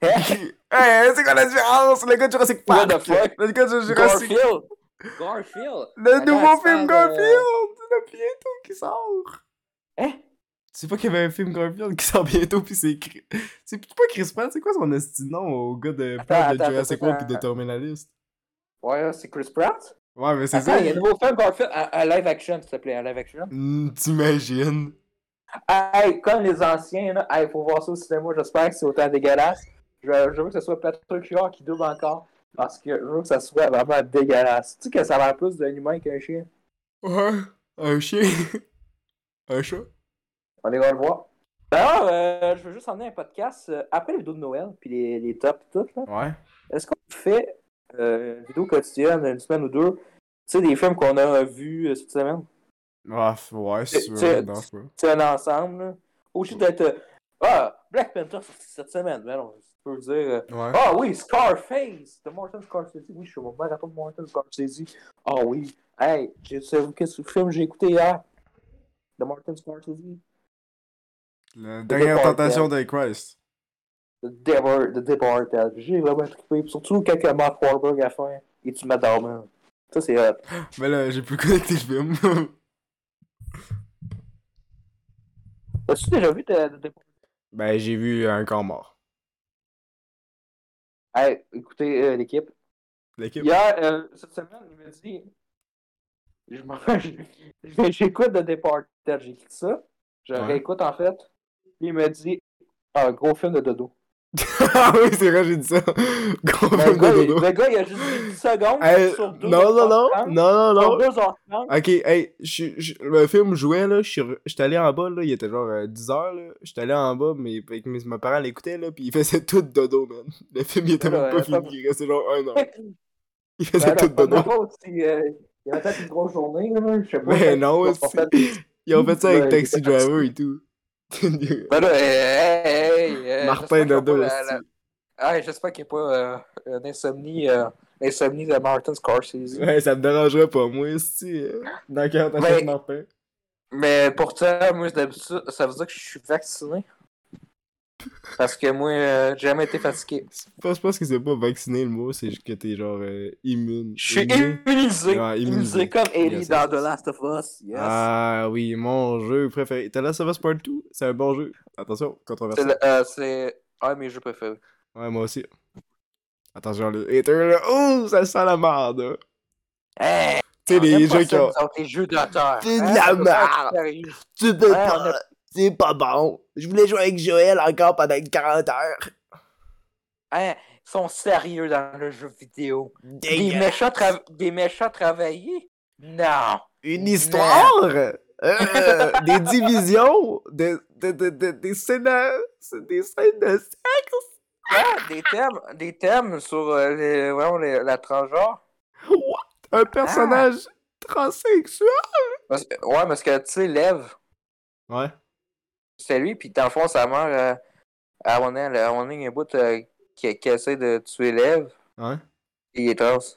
Hey, Eh, c'est quoi la différence? Le gars de Jurassic What Park! the fuck? Le gars de Jurassic Garfield! Ah, Garfield! Le Un nouveau gars, film c'est, euh, Garfield! Il y en a bientôt qui sort! Hein? Tu sais pas qu'il y avait un film Garfield qui sort bientôt, pis c'est. Chri- C'est pas Chris Pratt, c'est quoi son esti de nom au gars de Attends, Pratt de attends, Jurassic attends, World pis attends. de Terminaliste? Ouais, là, c'est Chris Pratt? Ouais, mais c'est Attends, ça. il y a un nouveau film Garfield à, à live action, s'il te plaît, à live action. Hmm, T'imagines? Hey, comme les anciens, là, hey, faut voir ça au cinéma, j'espère que c'est autant dégueulasse. Je, je veux que ce soit Patrick Huard qui double encore, parce que je veux que ça soit vraiment dégueulasse. Tu sais que ça a l'air plus d'un humain qu'un chien? Ouais, un chien. un chat. On les va le voir. Alors, euh, je veux juste emmener un podcast euh, après les vidéos de Noël, puis les, les tops et tout, là. Ouais. Est-ce qu'on fait euh, une vidéo quotidienne, une semaine ou deux, tu sais, des films qu'on a vus euh, cette semaine? Ah, f- ouais, si tu Tu- veux. tu- non, c'est pas- Tu sais, un ensemble, là. Au lieu d'être. euh, ah, Black Panther sorti cette semaine, mais non, tu peux dire. euh, Ouais. Ah oui, Scarface! De Martin Scorsese. Oui, je suis au marathon de Martin Scorsese. Ah oui. Hey, j'ai savez qu'est-ce que le film j'ai écouté hier? De Martin Scorsese. La dernière Departed. tentation de Christ. The Devil, The Departed. J'ai vraiment trippé. Surtout quand il y a Mark Wahlberg à la fin et tu m'adores, man. Ça, c'est euh, hot. Mais là, j'ai plus connecté le film. As-tu déjà vu The, The Departed? ben, j'ai vu un corps mort. Hey, écoutez, euh, l'équipe. L'équipe. Hier, euh, cette semaine, il m'a dit. Je m'en- je- ben, J'écoute The Departed. J'écoute ça. Je Ouais. réécoute, en fait. Puis il m'a dit. Un gros film de dodo. Ben, ah oui, c'est vrai, j'ai dit ça. Gros Le film gars, de il- dodo. le gars, il a juste mis 10 secondes Hey, sur deux. non, non, non, non, heures trente. non, Sur non. deux heures trente. Ok, hey, je- je- le film jouait, là, je suis re- j'étais allé en bas, là, il était genre 10h, là, j'étais allé en bas, mais avec mes, mes parents l'écoutaient, là, pis ils faisaient tout dodo, man. Le film, il était Là, même pas euh, fini, pas- il restait genre un an. Il Ben, faisait tout la dodo. première fois aussi, euh, Il y avait peut-être une grosse journée, là, je sais pas. Mais non, Ils ont c'est- fait- Ils ont fait ça avec Ouais, Taxi il était parti. Driver et tout. Ben là, hey, hey, hey, euh, Martin j'espère qu'il y Dodo a pas la- aussi. la- Hey, J'espère qu'il n'y a pas euh, une insomnie, euh, l'insomnie de Martin Scorsese. Ouais, ça me dérangerait pas, moi, si. euh, Ah. Dans 40 à Ouais. Martin. Mais pourtant, moi, d'habitude, ça veut dire que je suis vacciné. Parce que moi, euh, j'ai jamais été fatigué. C'est pas- Je pense que c'est pas vacciner le mot, c'est juste que t'es genre euh, immune. Je suis Immune. immunisé. Ouais, immunisé. Immunisé comme Ellie Yes, dans yes, yes. The Last of Us. Yes. Ah oui, mon jeu préféré. T'as Last of Us Part 2, c'est un bon jeu. Attention, C'est controversé. le- euh, c'est un de mes jeux préférés. Ouais, moi aussi. Attention, le hater là. Oh, ça sent la merde. hein. Hey, Tu sais, on aime les pas jeux qui ça, ont. nous autres, les jeux d'auteur. C'est de Hein, la on peut pas être merde. sérieux. Tu peux Ouais, pas. on a- C'est pas bon. Je voulais jouer avec Joël encore pendant 40 heures. Hein, ils sont sérieux dans le jeu vidéo. Des Dégueulasse. méchants, tra- des méchants travaillés? Non. Une histoire? Euh, des divisions? Des, des, des, des, des scènes à- des scènes de sexe? Hein, des thèmes, des thèmes sur euh, les, voyons, les- la transgenre. What? Un personnage transsexuel? Parce que- ouais, parce que tu sais, Lev, Ouais. c'est lui, puis dans le fond, sa mère, euh, à un moment donné, elle- à un moment donné, il y a un bout euh, qui, qui essaie de tuer Lev, Ouais. et il est trans. Je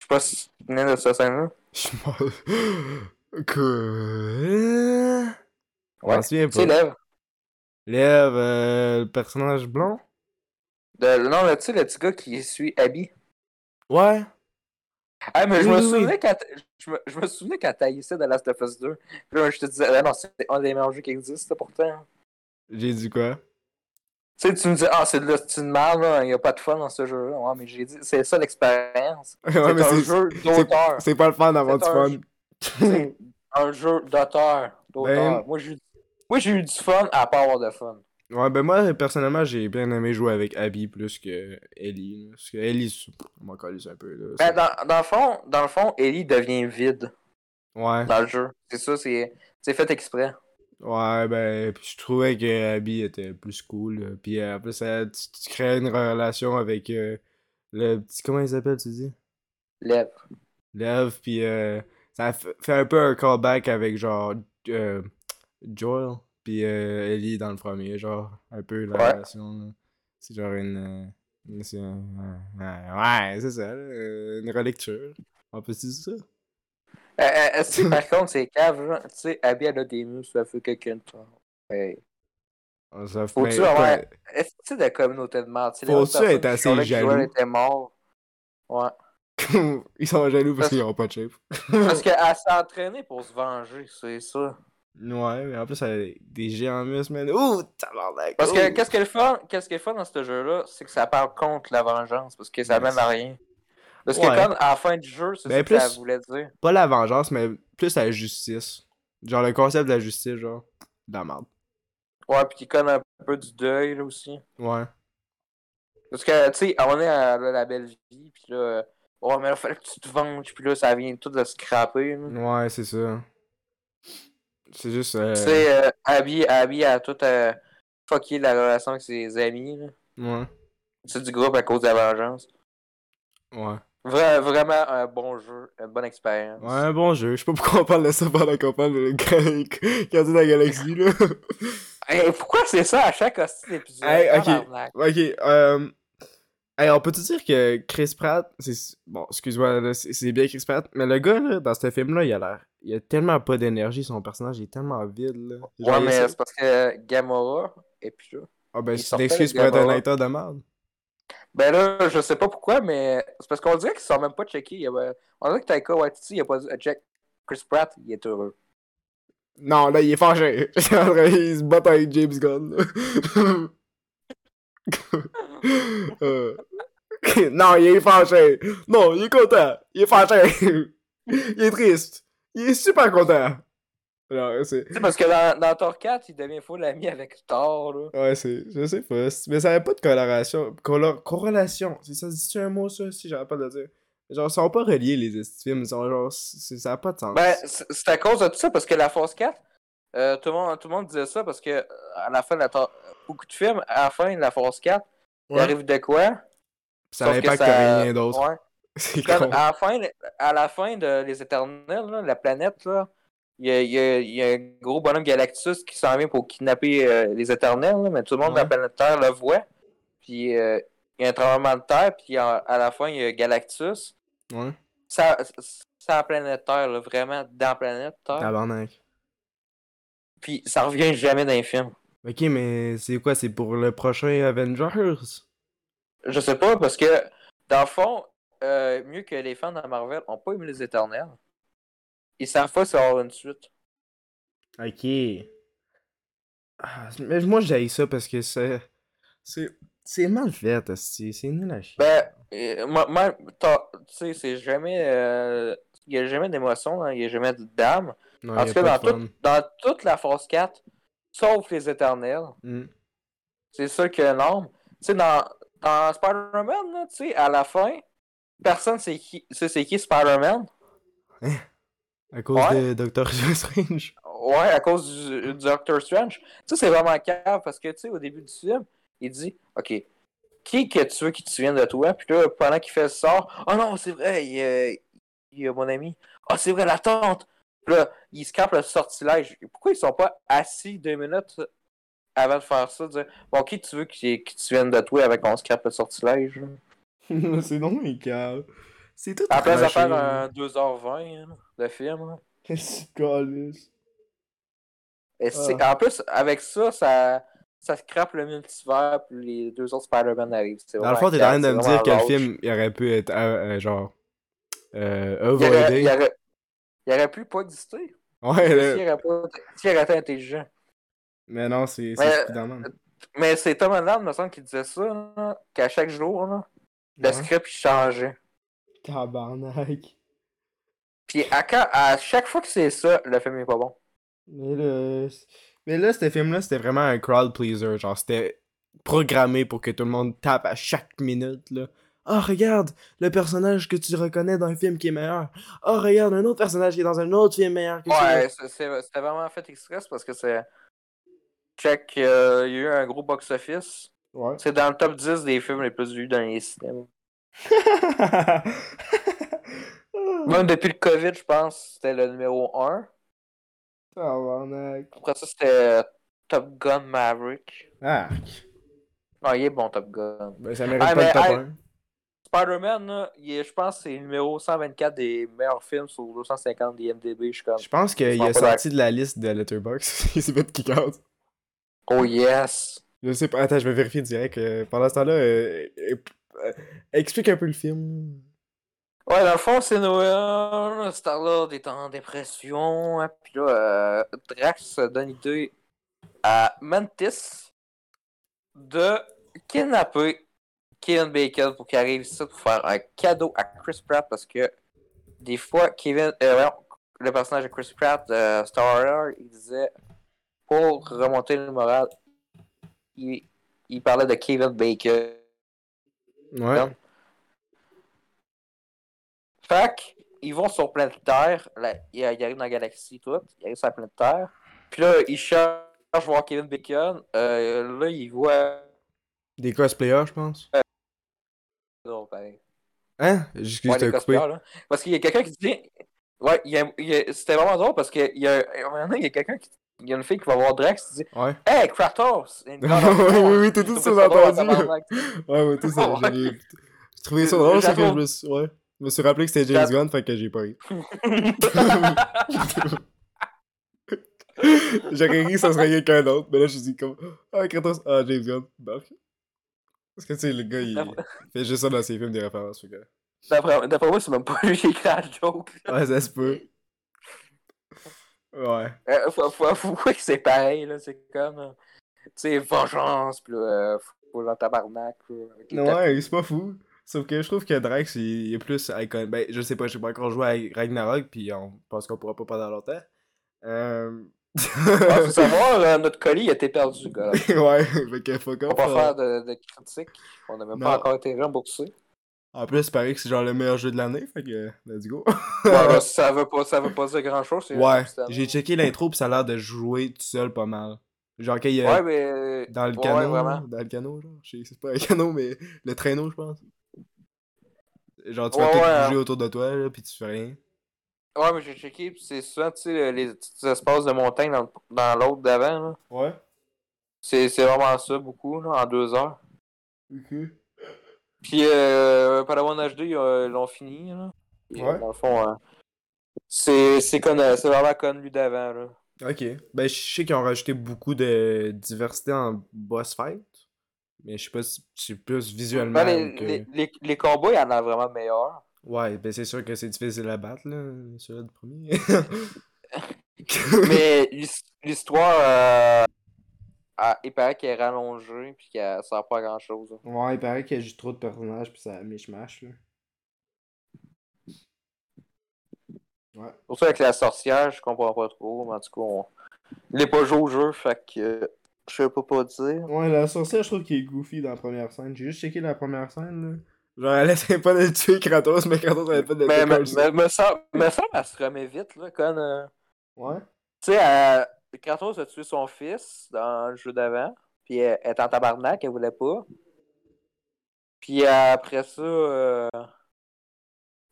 sais pas si tu te souviens de cette scène-là. Je m'en. Que. Ouais. Je m'en souviens Tu sais, pas. Lev. Lève, euh, le personnage blanc? de- non, là, tu sais, le petit gars qui suit Abby. Ouais. Ah, mais je Oui, me oui, oui. souvenais quand je me, je me souvenais quand taillissais dans Last of Us 2. Puis là, je te disais, ah non, c'est un des meilleurs jeux qui existe, là, pourtant. J'ai dit quoi? Tu sais, tu me dis, ah, c'est de l'hostie de merde, là, il n'y a pas de fun dans ce jeu-là. Ouais, mais j'ai dit, c'est ça l'expérience. Ouais, mais c'est un c'est- jeu d'auteur. c'est pas le fun d'avoir du C'est un- fun. C'est un jeu d'auteur. d'auteur. Ben- Moi, j'ai moi, j'ai eu du fun à pas avoir de fun. Ouais, ben moi, personnellement, j'ai bien aimé jouer avec Abby plus que Ellie. là. Parce que Ellie, c'est- on m'en calisse un peu. Là, Ben, dans, dans le fond, dans le fond, Ellie devient vide Ouais, dans le jeu. C'est ça, c'est c'est fait exprès. ouais, ben, puis je trouvais que Abby était plus cool. là. Puis euh, en plus, elle- tu, tu crées une relation avec euh, le petit. Comment il s'appelle, tu dis Lève. Lev, puis euh, ça f- fait un peu un callback avec genre euh, Joel, puis euh, Ellie dans le premier, genre un peu la Ouais. relation. là. C'est genre une. euh, une- c'est un- un- un- ouais, c'est ça, là, euh, une relecture. On peut se dire ça? Euh, euh, Est-ce que par contre, c'est cave, genre, tu sais, Abby, elle a des muscles, ça fait quelqu'un de fort. Ouais. Ça fait- Faut-tu avoir- Est-ce que c'est de la communauté de merde? C'est les Faut autres ça être personnes qui assez sont là qui jaloux? jouaient étaient morts. Ouais. Ils sont jaloux parce Parce- qu'ils ont pas de shape. Parce qu'elle s'est entraînée pour se venger, c'est ça. Ouais, mais en plus, elle a des géants muscles, man. Ouh, tabarnak. Parce que ouh. qu'est-ce qu'elle fait, qu'est-ce qu'elle fait dans ce jeu-là, c'est que ça parle contre la vengeance, parce que ça Ouais, mène à rien. Parce que Ouais. comme à la fin du jeu, c'est Ben, ça qu'elle plus- voulait dire. Pas la vengeance, mais plus la justice. Genre le concept de la justice, genre. De la merde. Ouais, puis qui connaît un peu du deuil là aussi. Ouais. Parce que, tu sais, on est à là, la belle vie, puis là, oh, mais là, fallait que tu te venges, puis là, ça vient tout de scraper. là. Ouais, c'est ça. C'est juste. euh, Tu sais, euh, Abby, Abby a tout euh, fucké la relation avec ses amis, là. Ouais. C'est du groupe à cause de la vengeance. Ouais. Vra- vraiment un bon jeu, une bonne expérience. Ouais, un bon jeu. Je sais pas pourquoi on parle de ça pendant qu'on parle de Gardien de la Galaxie, là. Hey, pourquoi c'est ça à chaque hostie épisode? Hey, ok. Tabarnak. ok, euh. Hey, on peut-tu dire que Chris Pratt, c'est. Bon, excuse-moi, là, c'est c'est bien Chris Pratt, mais le gars, là, dans ce film-là, il a l'air. Il a tellement pas d'énergie, son personnage, il est tellement vide, là. Genre, Ouais, il- mais c'est parce que Gamora, et puis là. Ah, ben, il c'est une sortait excuse le pour être un Gamora. acteur de merde. Ben là, je sais pas pourquoi, mais c'est parce qu'on dirait qu'ils sont même pas checkés. Il y avait- On dirait que Taika Waititi, il a pas dit check. Chris Pratt, il est heureux. Non, là, il est fâché. il se bat avec James Gunn. là. Euh. non, il est fâché. Non, il est content. Il est fâché. il est triste. Il est super content. Alors, c'est... Tu sais, parce que dans, dans Thor 4, il devient full ami avec Thor, là. Ouais, c'est... Je sais pas. c'est- Mais ça n'avait pas de coloration. Color... Corrélation. C'est ça, c'est un mot, ça, si j'arrête pas de le dire. Genre, ils sont pas reliés, les esti films. Ils sont genre... c'est- Ça n'a pas de sens. Ben, c'est c'est à cause de tout ça, parce que la phase 4, euh, tout, le monde, tout le monde disait ça, parce que euh, à la fin de la Thor- beaucoup de films, à la fin de la phase 4, il Ouais. arrive de quoi? ça Sauf que n'impacte ça- rien d'autre. Ouais. Ah. C'est Comme con. à, la fin, à la fin de Les Éternels, là, la planète, là, il y a, il y a- il y a un gros bonhomme Galactus qui s'en vient pour kidnapper euh, les Éternels, là, mais tout le monde de Ouais. la planète Terre le voit. Puis euh, il y a un tremblement de terre, puis en- à la fin, il y a Galactus. Ouais. Ça, ça la planète Terre, là, vraiment, dans la planète Terre. Tabarnak. Puis ça revient jamais dans les films. Ok, mais c'est quoi? C'est pour le prochain Avengers? Je sais pas, parce que, dans le fond, euh, mieux que les fans de Marvel ont pas aimé les Éternels, ils savent pas si ça va avoir une suite. Ok. Ah, mais moi, j'haïs ça parce que c'est. C'est, c'est mal fait, esti. C'est nul à chier. Ben, euh, moi, moi, t'as- tu sais, c'est jamais. Il n'y a jamais d'émotion, il n'y a jamais de d'âme. non, En y tout a cas, pas dans, de fun. toute- dans toute la phase 4, sauf les éternels, Mm. c'est ça qu'il y a énorme. Tu sais, dans, dans Spider-Man, là, tu sais, à la fin, personne sait qui, sait c'est qui Spider-Man. À cause Ouais. de Doctor Strange. Ouais, à cause du, du Doctor Strange. Tu sais, c'est vraiment cave parce que, tu sais, au début du film, il dit Ok, qui que tu veux qui te souvienne de toi Puis là, pendant qu'il fait le sort, Oh non, c'est vrai, il, euh, il y a mon ami. Ah, c'est vrai, la tante. Puis là, il se campe le sortilège. Pourquoi ils sont pas assis deux minutes avant de faire ça dire, Bon, qui tu veux qui, qui te souvienne de toi avec qu'on se campe le sortilège là? c'est non, mais calme. C'est tout. À la place de trash, faire là. un 2h20 hein, de film. là. Qu'est-ce que tu euh, colles? Et c'est- Ah. En plus, avec ça, ça, ça scrape le multivers, puis les deux autres Spider-Man arrivent. C'est Dans le vraiment fond, t'es en train calme, de me c'est dire que vraiment le lâche. film il aurait pu être euh, euh, genre. Euh, Il aurait, avoidé. il aurait- il aurait pu pas exister. Ouais, là. S'il aurait, pas- s'il aurait été intelligent. Mais non, c'est. Mais- euh, C'est Spider-Man. Mais c'est Tom Holland, me semble, qui disait ça, là, qu'à chaque jour, là, le Ouais. script il changeait. Tabarnak. Puis à, quand- à chaque fois que c'est ça, le film est pas bon. Mais là, mais là ce film-là, c'était vraiment un crowd pleaser. Genre, c'était programmé pour que tout le monde tape à chaque minute, là. Oh, regarde, le personnage que tu reconnais dans un film qui est meilleur. Oh, regarde, un autre personnage qui est dans un autre film meilleur que Ouais, c'est- c'est- c'était vraiment fait express parce que c'est. Check, euh, il y a eu un gros box-office. ça. Ouais. C'est dans le top 10 des films les plus vus dans les cinémas. Même depuis le COVID, je pense, c'était le numéro 1. Tabarnak. Après ça, c'était euh, Top Gun Maverick. Arc. Non, il est bon, Top Gun. Ben, ça mérite pas Ah, mais, le top hey, 1. Spider-Man, là, il est- je pense que c'est le numéro 124 des meilleurs films sur 250 des MDB. Je suis comme. Je pense qu'il comprends est pas sorti de la liste de Letterboxd. Il s'est fait kick out. Oh yes! Je sais pas. Attends, je vais vérifier direct. euh, pendant ce temps-là, euh, euh, euh, explique un peu le film. Ouais, dans le fond, c'est Noël. Star-Lord est en dépression. hein, Puis là, euh, Drax donne l'idée à Mantis de kidnapper Kevin Bacon pour qu'il arrive ici pour faire un cadeau à Chris Pratt parce que des fois, Kevin, euh, voyons, le personnage de Chris Pratt, euh, Star-Lord, il disait pour remonter le moral, il, il parlait de Kevin Bacon. Ouais. Non. Fait que, ils vont sur planète Terre, là, ils ils arrivent dans la galaxie toute, ils arrivent sur la planète Terre. Puis là, ils cherchent voir Kevin Bacon. Euh, là, ils voient. Des cosplayers, je pense. Non, pareil. Hein? Excuse, ben, Ouais, t'as les coupé. cosplayers, là. Parce qu'il y a quelqu'un qui dit. Ouais, il y a- il y a- c'était vraiment drôle parce qu'il y a, à un moment donné, il y a quelqu'un qui. Il y a une fille qui va voir Drax qui dit Ouais. Hey, Kratos! Et une Oui, grande- oui, oui, t'as Je tout trouvais ça drôle, sous-entendu. tabarnak. Ouais, ouais, tout ça. Ouais. j'ai- Je trouvais ça drôle, c'est que je J'avoue. me suis. Ouais. Je me suis rappelé que c'était James J'avoue. Gunn, fait que j'ai pas ri. J'aurais ri, ça serait quelqu'un d'autre. Mais là, je dis comme. Ah, Kratos. Ah, James Gunn. Bark. Parce que, tu sais, le gars, il D'après- il fait juste ça dans ses films des références. fait que- D'après d'après moi, c'est même pas lui qui écrit la joke. Ouais, ça se peut. Ouais. Euh, faut, faut avouer que c'est pareil, là, c'est comme, euh, tu sais, vengeance, pis là, euh, faut le tabarnak, là, avec les tapis. Ouais, c'est pas fou. Sauf que je trouve que Drax, il il est plus icon. Ben, je sais pas, j'ai pas encore joué à Ragnarok, puis on pense qu'on pourra pas pendant longtemps. Euh... Ah, faut savoir, euh, notre colis il a été perdu, gars. ouais, fait que fuck On off. va euh. faire de, de critiques, on n'a même Non. pas encore été remboursé. En plus, il paraît que c'est genre le meilleur jeu de l'année, fait que let's go. Ouais, bah, ça veut pas, ça veut pas dire grand chose. ouais, j'ai checké l'intro, puis ça a l'air de jouer tout seul pas mal. Genre, qu'il y a Ouais, mais. dans le ouais, canot, vraiment. dans le canot, genre, je sais c'est pas un canot, mais le traîneau, je pense. Genre, tu Ouais, vas tout ouais. hein. bouger autour de toi, là, puis tu fais rien. Ouais, mais j'ai checké, pis c'est souvent, tu sais, le- les petits espaces de montagne dans, dans l'autre d'avant, là. Ouais. C'est c'est vraiment ça, beaucoup, là, en deux heures. Ok. Puis euh, Padawan HD, ils euh, l'ont fini. Là. Et, Ouais. Dans le fond, euh, c'est c'est con- euh, c'est vraiment connu d'avant. là. Ok. Ben, je sais qu'ils ont rajouté beaucoup de diversité en boss fight. Mais je sais pas si c'est plus visuellement. Ben, les, ou que- les, les, les combats, il y en a vraiment meilleurs. Ouais, ben c'est sûr que c'est difficile à battre, là, celui-là du premier. Mais l'his- l'histoire, euh, ah, il paraît qu'elle est rallongée puis qu'elle sert pas à hein. grand chose. Ouais, il paraît qu'il y a juste trop de personnages puis ça mâche là. Ouais. Pour ça, avec la sorcière, je comprends pas trop. Mais en tout cas, on... il est pas joué au jeu, fait que euh, je sais pas pas dire. Ouais, la sorcière, je trouve qu'il est goofy dans la première scène. J'ai juste checké la première scène, là. Genre, elle essayait pas de tuer Kratos, mais Kratos avait pas de Mais me décolle. me- me semble me semble qu'elle se remet vite, là, quand. euh, Ouais. Tu sais, elle- Kratos a tué son fils dans le jeu d'avant, puis elle elle est en tabarnak, elle voulait pas. Puis euh, après ça, euh...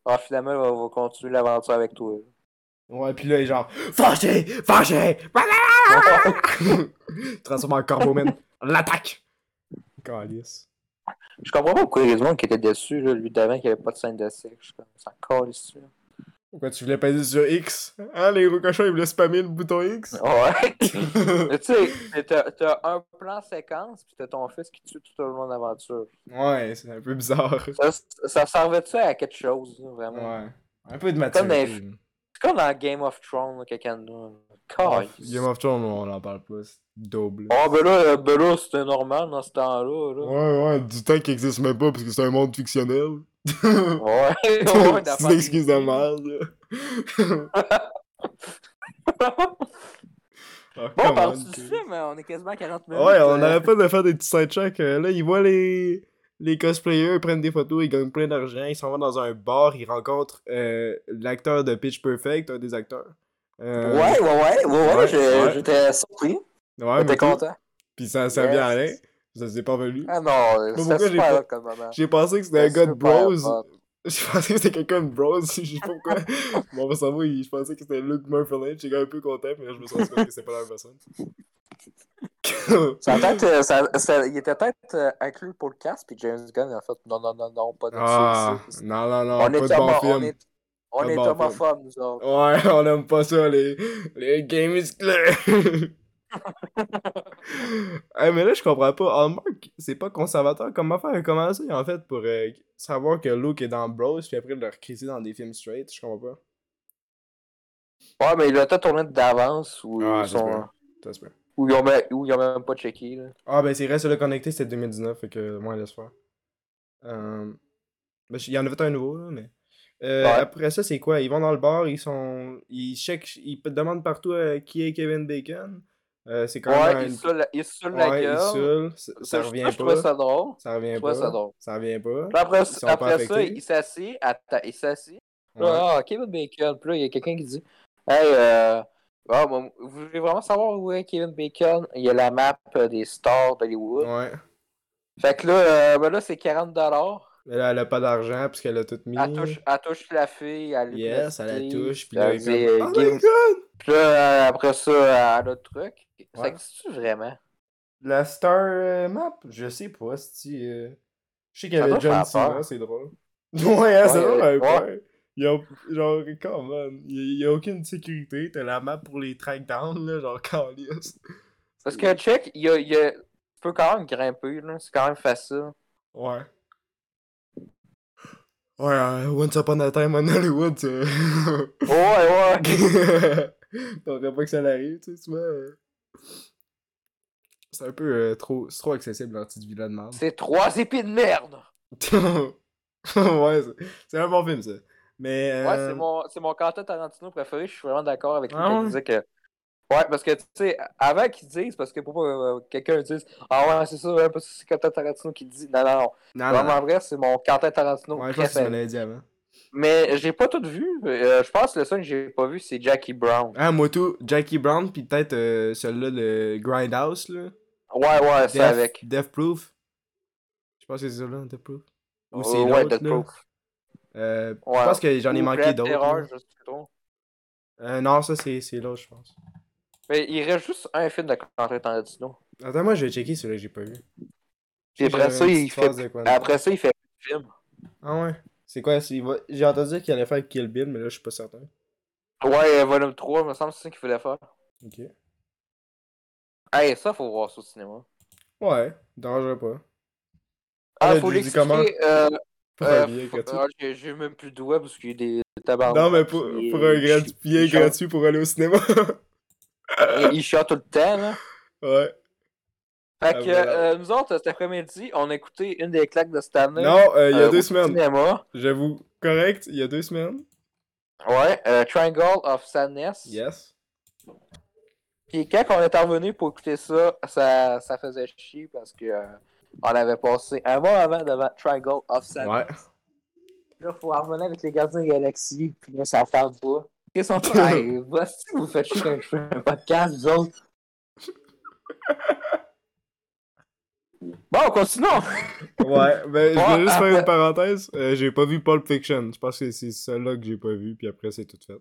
ah, finalement, elle va, va continuer l'aventure avec toi. Ouais, pis là, il est genre, fâché, fâché, Transforme en corbeau, man. L'attaque! Calice. Je comprends pas pourquoi il y a du monde qui était déçu, là, lui d'avant, qu'il n'y avait pas de scène de sexe. Je suis comme, ça colle ici. Pourquoi tu voulais pas dire sur X? Hein, les gros cochons, ils voulaient spammer le bouton X? Ah, Ouais. Mais tu sais, t'as t'as un plan séquence, puis t'as ton fils qui tue tout au long de l'aventure. ouais, c'est un peu bizarre. Ça, ça servait-tu à quelque chose, là, vraiment? Ouais. Un peu de Comme maturité. dans- C'est comme dans Game of Thrones, là, quelqu'un de nous. Ouais, Calisse. Game of Thrones, on en parle pas. C'est double. Ah, ben là, euh, ben là c'était normal dans ce temps-là. Ouais, Là. ouais, du temps qui existe même pas parce que c'est un monde fictionnel. Ouais, ouais, c'est d'affaires. une excuse de merde. là. Ah, Bon, come on on, parle du t'es- film, hein, on est quasiment à 40 minutes. Ouais, on euh, arrête pas de faire des petits sidetracks. euh, Là, ils voient les, les cosplayers, ils prennent des photos, ils gagnent plein d'argent, ils s'en vont dans un bar, ils rencontrent euh, l'acteur de Pitch Perfect, un des acteurs. Euh, Ouais, ouais, ouais, ouais, ouais, Ouais, j'ai- ouais. j'étais surpris. Ouais, mais J'étais tout. content. Puis ça, ça Yes. vient à rien. Ça s'est pas venu. Ah non, pourquoi c'était j'ai super pas- hot comme moment. J'ai pensé que c'était un C'était gars de super Bros. hot. J'ai pensé que c'était quelqu'un de Bros. Je sais pas pourquoi. Mon cerveau, il- je pensais que c'était Luke Murphy Lynch. J'étais un peu content, mais là, je me suis rendu compte que c'était pas la même personne. Ça a peut-être, euh, ça- ça- il était peut-être euh, inclus pour le cast, puis James Gunn a fait non, non, non, non, pas de ah, ça, ça, ça. non, non, non, On pas est de bon homo- on film. est- on Pas est bon film. homophobes, nous autres. Ouais, on aime pas ça, les, les gays musclés. Hey, mais là, je comprends pas. Hallmark, c'est pas conservateur. Comment faire commencer, en fait, pour euh, savoir que Luke est dans Bros, puis après le recruter dans des films straight? Je comprends pas. Ouais, mais il a peut-être tourné d'avance ou, Ah, ils sont- j'espère. Ça se peut. ou ils ont même- ou ils ont même pas checké. Là. Ah, ben, c'est Reste le connecté, c'était 2019, fait que moi, laisse faire. Euh... Ben, il y en avait un nouveau, là, mais. Euh, Ouais. Après ça, c'est quoi Ils vont dans le bar, ils sont. Ils checkent, ils p- demandent partout euh, qui est Kevin Bacon. Euh, c'est quand même. Ouais, un- ils saoulent la- ils saoulent la Ouais, ils gueule. saoulent, ça, ça Ça, je- revient ça, Je pas. trouvais ça drôle. Ça revient Je trouvais pas. ça drôle. Ah, Ça revient pas. Puis Après, sont pas après ça, affectés. il s'assit. Attends, il s'assit. Ouais. Là, Ah, Kevin Bacon. Puis là, il y a quelqu'un qui dit Hey, euh, ah, bon, vous voulez vraiment savoir où est Kevin Bacon Il y a la map euh, des stars d'Hollywood. Ouais. Fait que là, euh, ben là c'est 40$. Mais là, elle a pas d'argent parce qu'elle a tout mis. Elle touche, elle touche la fille, elle lui Mm. Yes, met elle la des- touche. Puis elle là, elle dit, est euh, comme, Oh Give- my god! Puis là, euh, après ça, elle a le truc. Ça Ouais. existe-tu vraiment? La star euh, map? Je sais pas, si. euh, Je sais qu'il y Ça avait doit John faire Cena, peur. c'est drôle. Ouais, hein, c'est Ouais, drôle, un ouais. peu. Il y a, genre, come on, il y a aucune sécurité, t'as la map pour les trackdowns, là, genre, calice. Parce Euh. que check, il y a, il y a- tu peux quand même grimper, là. C'est quand même facile. Ouais. Ouais, euh, Once Upon a Time on Hollywood, euh. tu Ouais, ouais. T'aurais pas que ça l'arrive, tu sais, tu vois. euh. C'est un peu euh, trop, c'est trop accessible leur petite villa de merde. C'est trois épées de merde! ouais, c'est- c'est un bon film, ça. Mais. Ouais, euh, c'est mon, c'est mon Quentin Tarantino préféré. Je suis vraiment d'accord avec lui Ah quand ouais? il disait que. Ouais, parce que, tu sais, avant qu'ils disent, parce que pour pas euh, quelqu'un dise Ah ouais, c'est ça, ouais, parce que c'est Quentin Tarantino qui dit. Non, non, Ah, non. Non, non. Vraiment vrai, c'est mon Quentin Tarantino Ouais, je pense que tu me préféré. l'avais dit avant. Mais j'ai pas tout vu. Euh, je pense que le seul que j'ai pas vu, c'est Jackie Brown. Ah, moi tout, Jackie Brown, puis peut-être euh, celui-là, le Grindhouse, là. Ouais, ouais, c'est Death- avec. Death Proof. Je pense que c'est celui-là, Death Proof. Ou c'est Euh, ouais, l'autre, Death là. Proof. Euh, Ouais. Je pense que j'en ai Ou manqué Brad d'autres. Terreur, là. je sais plus trop. Euh, non, ça, c'est c'est l'autre, je pense. Mais il reste juste un film de Quentin Tarantino. Attends, moi, je vais checker celui-là que j'ai pas vu. Puis après ça, il fait- Après... Après ça, il fait plus de films. Ah ouais. C'est quoi s'il va- J'ai entendu dire qu'il allait faire Kill Bill, mais là, je suis pas certain. Ouais, euh, volume 3, me semble, c'est ça qu'il fallait faire. Ok. Hey, Ah, ça, faut voir ça au cinéma. Ouais, dangereux pas. Ah, là, faut je l'ai dit comment? l'expliquer. Euh, Pour euh, un billet faut- gratuit. ah, j'ai- J'ai même plus de doigts parce qu'il y a des tabarnes. Non, mais pour, Il- pour un gratuit, billet il chante- gratuit pour aller au cinéma. Il, il chante tout le temps, là. ouais. Fait Ah, que voilà. euh, nous autres, cet après-midi, on a écouté une des claques de cette année. Non, euh, il y a euh, deux au semaines. Cinéma. J'avoue, correct, il y a deux semaines. Ouais, euh, Triangle of Sadness. Yes. Puis quand on est revenu pour écouter ça, ça, ça faisait chier parce que euh, on avait passé un mois avant devant Triangle of Sadness. Ouais. Là, faut en revenir avec les gardiens de la galaxie, puis là, ça parle pas. Qu'est-ce qu'on fait? Hey, bah, si vous faites chier quand je fais un podcast, vous autres. Bon, continuons! Ouais, ben, je voulais Ouais, juste faire après- une parenthèse. Euh, j'ai pas vu Pulp Fiction. Je pense que c'est celle-là que j'ai pas vu, puis après, c'est tout fait.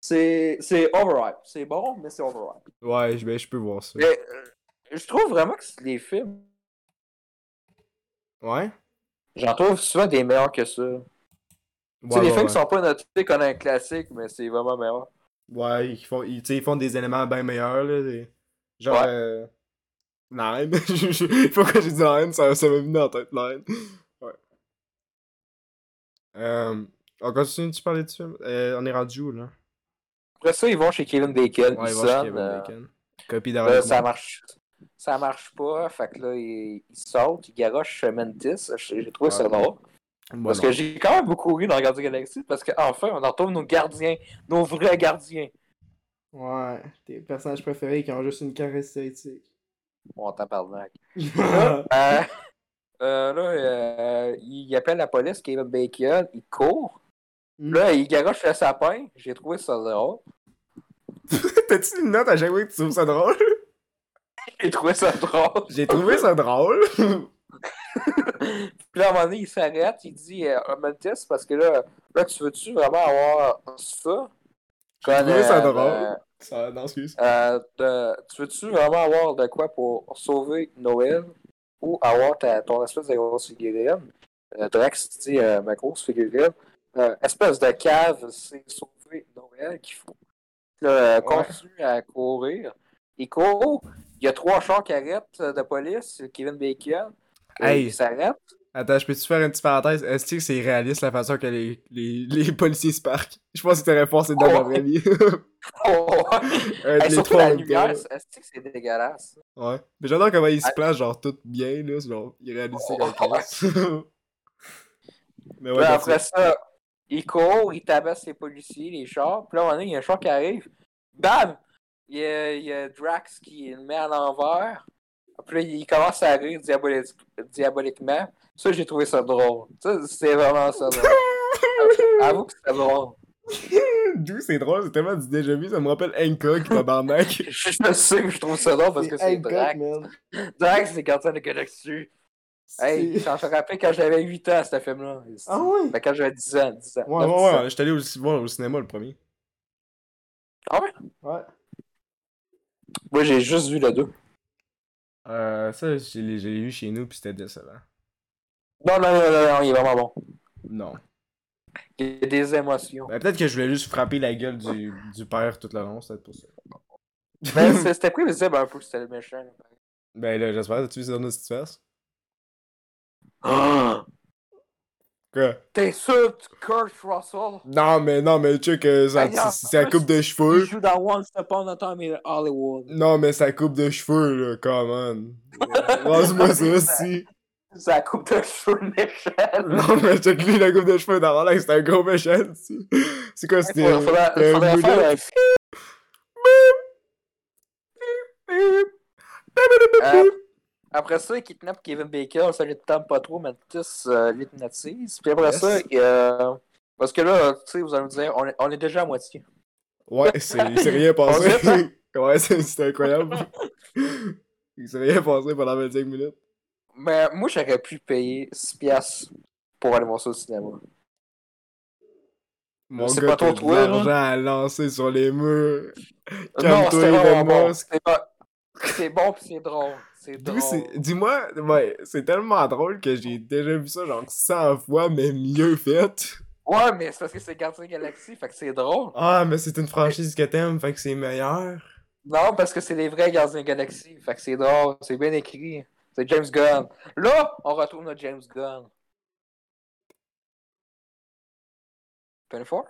C'est c'est overhype. C'est bon, mais c'est overhype. Ouais, je- ben, je peux voir ça. Mais euh, je trouve vraiment que c'est- les films, Ouais? j'en trouve souvent des meilleurs que ça. Tu sais, Ouais, ouais, les films ouais. qui sont pas notés comme un classique, mais c'est vraiment meilleur. Ouais, ils font, ils, tu sais, ils font des éléments bien meilleurs, là. des- Genre, Ouais. euh... Nine. Je- je- Pourquoi j'ai dit Nine? Ça, ça m'a venu dans la tête, Nine. Ouais. Euh, on continue de parler de film? Euh, on est rendu où, là? Après ça, ils vont chez Kevin Bacon. Ouais, il ils va chez sonnent, Kevin euh, Bacon. Copie là, d'Harley Quinn. ça marche. Ça marche pas, fait que là, ils ils sautent, ils garochent chez Mantis. J'ai j'ai trouvé ça Ouais. drôle. Moi, Parce non. que j'ai quand même beaucoup ri dans Gardiens Galaxy, parce qu'enfin, on en retrouve nos gardiens, nos vrais gardiens. Ouais, tes personnages préférés qui ont juste une caractéristique. Bon, t'en parle, mec. ouais. Euh, euh, là, euh, il appelle la police, Kevin Bacon, il court. Mm. Là, il garoche le sapin. J'ai trouvé ça drôle. T'as-tu une note à chaque fois que tu trouves ça drôle? J'ai trouvé ça drôle. J'ai trouvé ça drôle. Puis là, à un moment donné, il s'arrête, il dit euh, Ah, Mantis, parce que là, là, tu veux-tu vraiment avoir ça? J'ai trouvé ça drôle. ça, non, excuse. euh, tu veux-tu vraiment avoir de quoi pour sauver Noël ou avoir ta- ton espèce de grosse figurine? Euh, Drax dit euh, ma grosse figurine. Euh, espèce de cave, c'est sauver Noël qu'il faut. Là, euh, Ouais. continue à courir. Il court, il y a trois chars qui arrêtent euh, de police, Kevin Bacon. Hey. Il s'arrête. Attends, je peux-tu faire une petite parenthèse? Est-ce que c'est réaliste la façon que les, les, les policiers se parquent? Je pense que t'aurais forcé dans la Oh. vraie vie. Oh, ouais. Euh, Hey, les surtout trois en la même temps, lumière, là. c'est c'est que c'est dégueulasse. Ouais. Mais j'adore comment ils se Ah. placent, genre, tout bien, là. c'est Genre, ils réalisent Oh, comme ça. Mais ouais, ben, Puis that's Ben, après it. ça, il court, il tabasse les policiers, les chars. Puis là, à un moment donné, il y a un char qui arrive. Bam! Il y a, il y a Drax qui le met à l'envers. Puis là, il commence à rire diabolique- diaboliquement. Ça, j'ai trouvé ça drôle. Ça, c'est vraiment ça drôle. Avoue que c'est drôle. D'où c'est drôle, c'est tellement du déjà vu, ça me rappelle Hancock, tabarnak. Je, je sais que je trouve ça drôle parce que c'est Drax. Drax, c'est quand on est connecté dessus. Hey, C'est- j'en me rappelle quand j'avais 8 ans, ce film-là. Ah ouais? Ben, quand j'avais 10 ans, 10 ans. Ouais, ouais, 9, 10 ans. ouais, j'étais allé au, voir au cinéma le premier. Ah ouais? Ouais. Moi, j'ai juste vu le 2. Euh, ça, je l'ai je l'ai eu chez nous, puis c'était décevant. Non, non, non, non, non, il est vraiment bon. Non. Il y a des émotions. Ben, peut-être que je voulais juste frapper la gueule du, du père tout le long, c'est peut-être pour ça. Mais Ben, c'est- c'était prévisible un peu que c'était le méchant. ben là, j'espère, as-tu vu ça dans notre face? Ah! Quoi? T'es sûr que Kurt Russell Non, mais non, mais tu sais que ça- Ben, non, c'est c'est la coupe de il cheveux. joue dans Once Upon a Time in Hollywood? Non, mais sa coupe de cheveux, là, come on. Lance-moi ça aussi. C'est la coupe de cheveux de méchant. Non, mais check lui la coupe de cheveux dans là, c'est un gros méchant, aussi. C'est quoi, c'était. euh, Faudrait- faudrait- un faudrait moulin. faire un film. Euh, Après ça, il kidnappe Kevin Bacon, ça ne tombe pas trop, mais tous euh, l'hypnotise. Puis après Yes. ça, euh, parce que là, tu sais, vous allez me dire, on est, on est déjà à moitié. Ouais, c'est il s'est rien passé. On dirait ouais, c'est- c'est incroyable. Il s'est rien passé pendant 25 minutes. Mais moi, j'aurais pu payer 6 piastres pour aller voir ça au cinéma. Mon C'est gars, pas t'as ton de toit, là. l'argent à lancer sur les murs. non, Calme-toi, c'est vraiment Elon bon. Musk. C'est bon. C'est bon pis c'est drôle. C'est drôle. D'où c'est- Dis-moi, ouais, c'est tellement drôle que j'ai déjà vu ça genre 100 fois, mais mieux fait. Ouais, mais c'est parce que c'est Guardian Galaxy, fait que c'est drôle. Ah, mais c'est une franchise que t'aimes, fait que c'est meilleur. Non, parce que c'est les vrais Gardiens Galaxy, fait que c'est drôle. C'est bien écrit. C'est James Gunn. Là, on retrouve notre James Gunn. 24?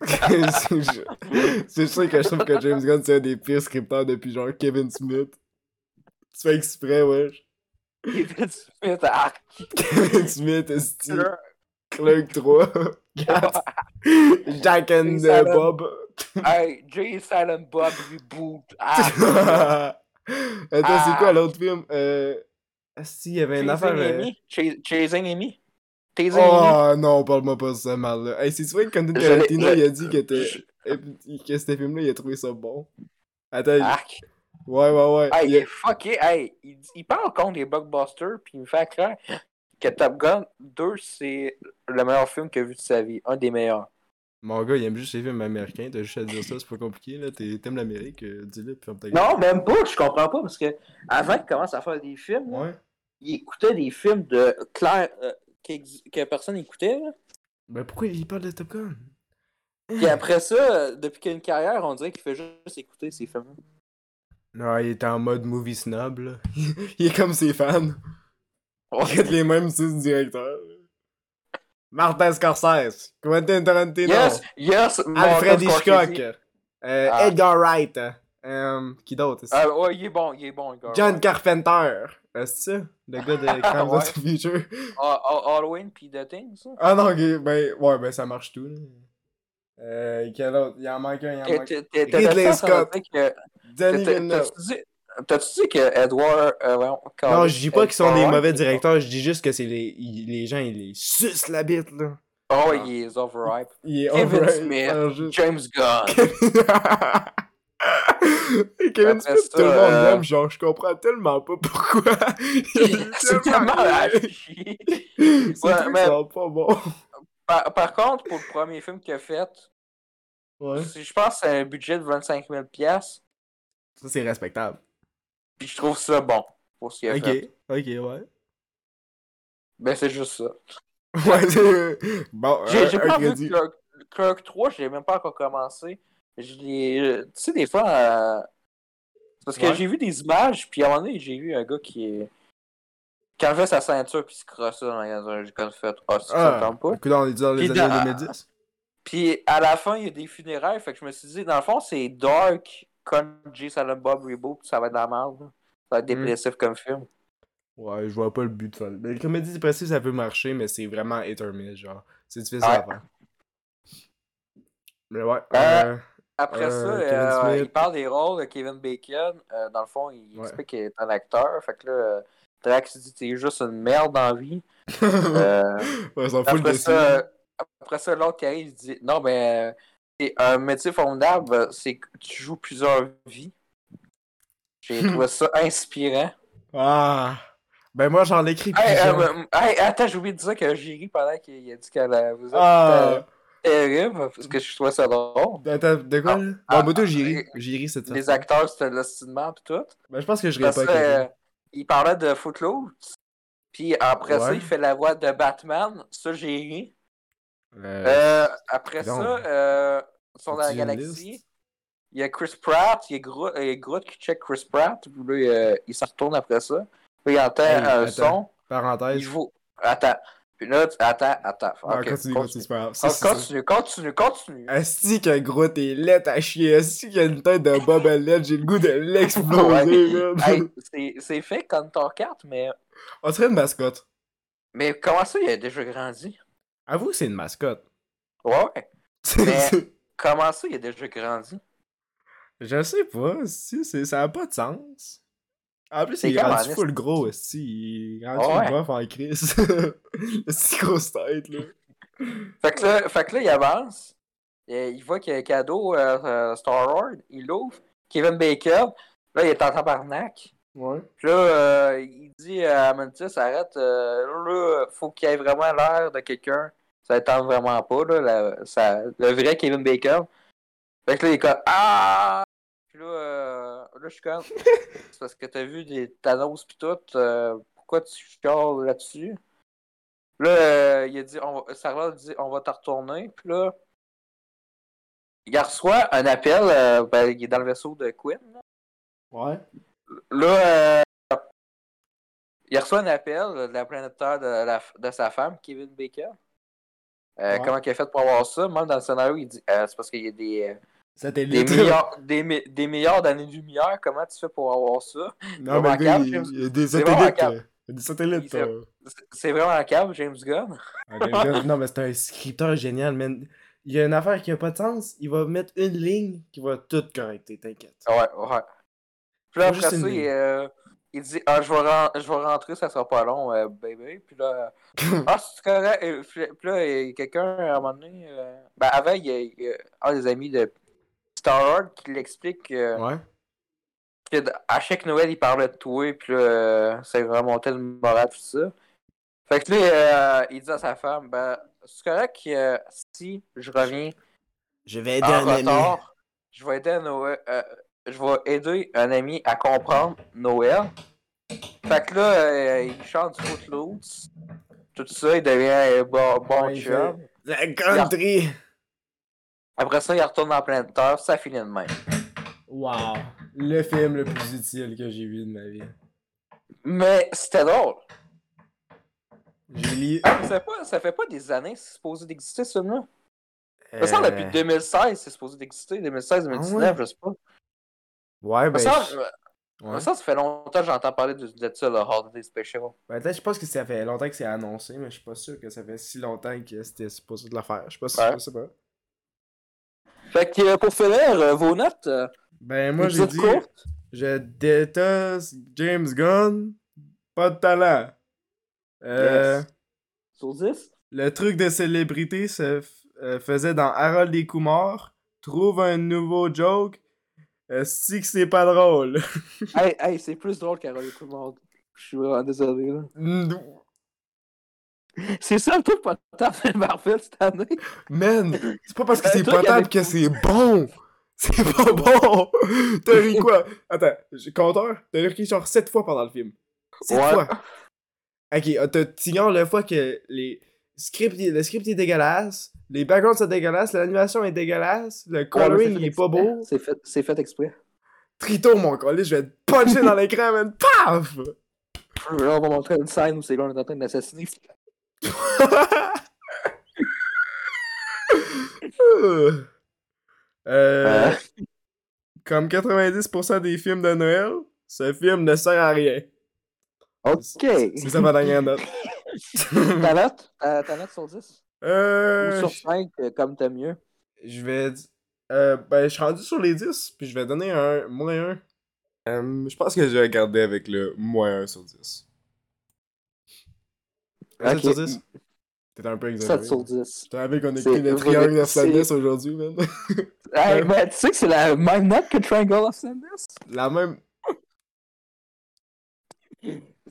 c'est je- c'est sûr que je trouve que James Gunn, c'est un des pires scripteurs depuis genre Kevin Smith. Tu fais exprès, wesh. Kevin Smith, Arc. Kevin Smith, Esti, Là, Clerk 3, 4, Jack and euh, Bob. Hey, Jay Silent Bob reboot. Arc. Attends, c'est Ah. quoi l'autre film? Euh... Si, il y avait une affaire. Chasing euh, Amy? Chas- Chasing Amy? Chasing Amy? Oh non, parle-moi pas de ça mal là. Hey, c'est vrai que Quentin Je l'ai- Tarantino je- il a dit que, t'es- je- que ce film-là il a trouvé ça bon. Attends, il- Arc. ouais, ouais, ouais. Il Hey, Ah. il a- est fucké. Hey, il, il parle contre des blockbusters, puis il me fait croire que Top Gun 2, c'est le meilleur film qu'il a vu de sa vie. Un des meilleurs. Mon gars, il aime juste les films américains, t'as juste à dire ça, c'est pas compliqué là. T'es- T'aimes l'Amérique, euh, dis-le, puis ferme ta gueule. Non, même pas, je comprends pas, parce que avant qu'il commence à faire des films, là, Ouais. il écoutait des films de Claire euh, qu'ex- que personne n'écoutait. là. Mais pourquoi il parle de Top Gun Puis après ça, euh, depuis qu'il a une carrière, on dirait qu'il fait juste écouter ces films. Non, il est en mode movie snob là. il est comme ses fans. On regarde les mêmes six directeurs. là. Martin Scorsese, Quentin Tarantino. Yes, yes, mon Alfred Tom Hitchcock. Scorsese. Euh, Ah. Edgar Wright. hein. Euh, qui d'autre? est-ce que- Ah, ouais, il est bon, il est bon, le gars. John Carpenter. Euh, c'est ça? Le gars de Crimes of the Future. Ah, ah, Halloween, puis The Thing, ça. Ah non, ok, ben, ouais, ben ça marche tout. là. Euh, quel autre? Il en manque un, il en T'es- manque t'es- t'es- t'es- Ridley t'es- Scott. t'es- que- un. Danny T'as- Villeneuve. T'as-tu dit- t'as-tu dit que Edward. euh, voyons, Non, Colin- je dis pas qu'ils sont des Edward, mauvais il- directeurs, je dis juste que c'est les, ils- les gens, ils les sucent la bite, là. Oh, il est overripe. Il est Kevin overrated, Smith. alors juste- James Gunn. Kevin Après Smith, ça, tout le monde euh, l'aime, genre, je comprends tellement pas pourquoi. C'est tellement à chier. C'est Ouais, ouais, mais- pas bon. Par, par contre, pour le premier film qu'il a fait, Ouais. c'est- je pense que c'est un budget de 25 000 piastres, Ça, c'est respectable. Puis je trouve ça bon pour ce qu'il a Ok, fait. ok, ouais. Ben, c'est juste ça. Ouais, c'est... Bon, J'ai j'ai un- pas un vu crédit. Clerk, Clerk 3, j'ai même pas encore commencé. Je l'ai- Tu sais, des fois, euh, parce que Ouais. j'ai vu des images, puis à un moment donné, j'ai vu un gars qui est. Qui enlevait sa ceinture, puis se crossait dans les un. J'ai comme fait, ah, ça, ça me Ah, tente pas. écoute, on est dans les Puis dans- années 2010. Puis à la fin, il y a des funérailles, fait que je me suis dit, dans le fond, c'est dark comme J. Silent Bob Reboot, ça va être de la merde. là. Ça va être Mm. dépressif comme film. Ouais, je vois pas le but de faire. Les comédies dépressives, ça peut marcher, mais c'est vraiment hit or miss, genre. C'est difficile à Ouais. faire. Mais ouais. Euh, euh, Après Euh, ça, Kevin euh, Smith. il parle des rôles de Kevin Bacon. Euh, dans le fond, il Ouais. explique qu'il est un acteur. Fait que là, euh, Drax dit t'es juste une merde dans la vie. Euh, ouais, on s'en fout le après, dessin. ça, après ça, l'autre qui arrive, il dit Non, mais euh, c'est un métier formidable, euh, c'est que tu joues plusieurs vies. J'ai trouvé ça inspirant. Ah! Ben moi, j'en ai écrit Hey, plusieurs. euh, euh, hey, attends, j'ai oublié de dire que j'ai ri pendant qu'il a dit qu'elle euh, vous êtes euh, ah! terrible, parce que je trouvais ça drôle. Attends, de quoi, Ah, là? ah, bon, moi, toi, j'y euh, ris. J'y ris cette Les fois. acteurs, c'était l'estinement pis tout. Ben, je pense que je rirais Après pas. ça, Kevin. euh, il parlait de Footloose. Puis après ça, Ouais. il fait la voix de Batman. Ça, j'ai ri. Euh, Euh, après non. ça, euh, ils sont dans la As-tu une galaxie. liste? Il y a Chris Pratt. Il y a, Gro- euh, il y a Groot qui check Chris Pratt. Puis là, euh, il s'en retourne après ça. Puis il entend Hey, un attends. son. Il Parenthèse. joue. Attends. Puis là, tu- attends, attends. Ah, Ok, continue, continue, c'est pas grave. Oh, Ça, c'est ça. continue, continue, continue. Asti qu'un gros t'es laid à chier, Asti qu'il a une tête de Bob Allen, j'ai le goût de l'exploser, Ah, Ouais. man. Hey, c'est- c'est fait comme ton 4, mais, On serait une mascotte. mais comment ça, il a déjà grandi? Avoue que c'est une mascotte. Ouais, ouais. Mais- C'est- Comment ça, il a déjà grandi? je sais pas, si c'est- ça a pas de sens. En plus, C'est il est comme rendu un full gros, Asti. Il est Ah rendu ouais. une bof en crise. Asti grosse tête, là. Fait que là, fait que là il avance. Et il voit qu'il y a un cadeau euh, euh, Star-Lord. Il l'ouvre. Kevin Bacon. Là, il est en tabarnak. Ouais. Puis là, euh, il dit à Mantis, arrête. euh, là, faut qu'il y ait vraiment l'air de quelqu'un. Ça ne tente vraiment pas, là, la- ça- le vrai Kevin Bacon. Fait que là, il est comme Ah! Puis là, euh, là je suis comme C'est parce que t'as vu des Thanos pis tout. euh, pourquoi tu chiales là-dessus? Là, euh, il a dit on va, Sarah dit On va t'en retourner. Puis là, il reçoit un appel. euh, ben, il est dans le vaisseau de Quinn. Ouais. Là, euh, il reçoit un appel euh, de la planète Terre de, la- de sa femme, Kevin Baker. Euh, Ouais. Comment il a fait pour avoir ça? Même dans le scénario, il dit euh, c'est parce qu'il y a des, euh, des, Satellite. milliards, des, mi- des milliards d'années-lumière. Comment tu fais pour avoir ça? Non, mais le gars, il, Remarquable, il y a des C'est vraiment satellites. remarquable. euh, Il y a des satellites. Il fait- euh. C'est- C'est vraiment un câble, James Gunn. Ah, le gars- non, mais c'est un scripteur génial, man. Il y a une affaire qui a pas de sens. Il va mettre une ligne qui va tout correcter, t'inquiète. Ouais, ouais. Puis là, Faut juste après ça, une il, ligne. euh, il dit ah, je, vais ren- je vais rentrer, ça sera pas long, euh, bébé. Puis là, Ah, c'est correct. Euh, Puis puis là, euh, quelqu'un, à un moment donné, euh, ben avant, il y a, il y a un des amis de Star-Lord qui l'explique euh, ouais. que d- à chaque Noël, il parlait de toi, puis là, euh, ça lui remontait le moral, tout ça. Fait que là, euh, il dit à sa femme, ben, c'est correct que euh, si je reviens Je vais aider un en ami. retard, je vais aider à Noël, euh, je vais aider un ami à comprendre Noël. Fait que là, euh, il chante du Footloose, tout ça, il devient euh, bon, bon Ouais, il fait- chum. La country! Après ça, il retourne en pleine terre, ça finit de même. Wow. Le film le plus utile que j'ai vu de ma vie. Mais c'était drôle. Ah, J'ai lu. Ça fait pas, ça fait pas des années que c'est supposé d'exister, ce film-là. Ça semble depuis 2016, c'est supposé d'exister. 2016-2019, Euh. Ah ouais? je sais pas. Ouais, ben. Ça me je- semble- ouais. me semble que ça fait longtemps que j'entends parler de, de ça, le Holiday Special. Ben, peut-être, je pense que ça fait longtemps que c'est annoncé, mais je suis pas sûr que ça fait si longtemps que c'était supposé de la faire. Je suis pas sûr, Ouais. je sais pas. Fait que euh, pour finir, euh, vos notes, euh, Ben, moi, j'ai épisode dit. court. Je déteste James Gunn. Pas de talent. Euh, Yes. sur 10. Le truc de célébrité se f- euh, faisait dans Harold et Kumar. Trouve un nouveau joke. Euh, si que c'est pas drôle. hey, hey, c'est plus drôle qu'Arrêt tout le monde. Je suis vraiment désolé. là. C'est ça le truc pas tant de Marvel cette année. Man, c'est pas parce que c'est Un truc potable avec- que c'est bon. C'est pas bon. T'as ri quoi? Attends, j'ai- compteur, t'as ri genre 7 fois pendant le film. 7 Ouais. fois. Ok, euh, t'as- t'ignores le fois que les scripts, le script est dégueulasse, les backgrounds sont dégueulasses, l'animation est dégueulasse, le coloring il est pas beau. C'est fait, c'est fait exprès. Trito, mon colis, je vais te puncher dans l'écran, man. Paf! Là, on va montrer une scène où c'est qu'on est en train d'assassiner. Euh, Euh, Comme 90% des films de Noël, ce film ne sert à rien. ok. C'est ça ma dernière note. Ta note? Euh, ta note sur 10? Euh, Ou sur 5, euh, comme t'as mieux. Je vais. di- euh, ben, je suis rendu sur les 10, puis je vais donner un moins 1. je pense que je vais garder avec le moins 1 sur 10. Un 7 Ok. sur 10 T'es un peu exagéré. 7 sur 10. Je t'avais qu'on C'est- écrit le triangle de c'est- Flanders aujourd'hui, man. Hey, Ouais. ben, tu sais que c'est la même note que Triangle of Sadness? La même.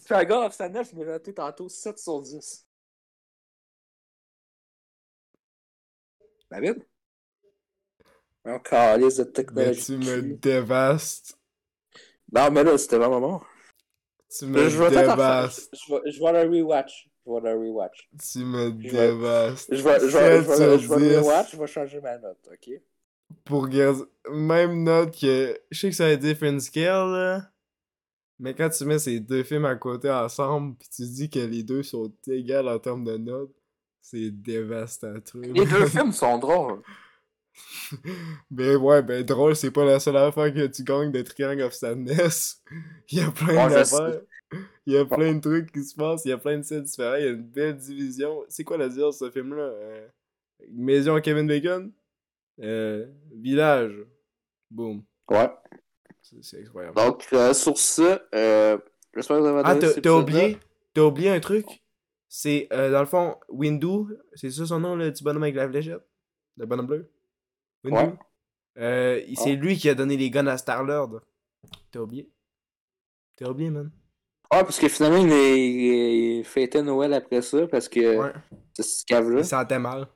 Triangle of Sadness, je l'ai noté tantôt 7 sur 10. David? On calisse de Mais technologie. ben, tu de me cul. dévastes. Non, mais là, c'était vraiment bon. Tu Je vais me peut-être en faire- dévastes. je vais- je vais le rewatch. Je vais le rewatch. Tu me Je vais- dévastes. Je vais, je vais, je vais, Sept je sur vais le dix. rewatch, je vais changer ma note, ok? pour garder. Même note que. Je sais que ça a été Friends Girl, là. Mais quand tu mets ces deux films à côté ensemble, puis tu dis que les deux sont égales en termes de notes, c'est dévastateur. films sont drôles. Mais ouais, ben drôle, c'est pas la seule affaire que tu gagnes de Triangle of Sadness. Il y a plein Bon, je d'affaires. Il y a plein de trucs qui se passent, il y a plein de scènes différentes, il y a une belle division. C'est quoi la division de ce film-là Euh, Maison à Kevin Bacon Euh, Village. Boom. Ouais. C'est- C'est incroyable. Donc, euh, sur ce, euh, j'espère que vous avez Ah, adoré t'as cet t'as épisode-là. oublié, t'as oublié un truc. C'est, euh, dans le fond, Windu, c'est ça son nom, le petit bonhomme avec la fléchette? Le bonhomme bleu? Windu? Ouais. Ah. Euh, il- c'est Ouais. lui qui a donné les guns à Star-Lord. T'as oublié? T'as oublié, man? Ah, parce que finalement, il, est- il fêtait Noël après ça, parce que Ouais. c'est ce cave-là. Il sentait mal.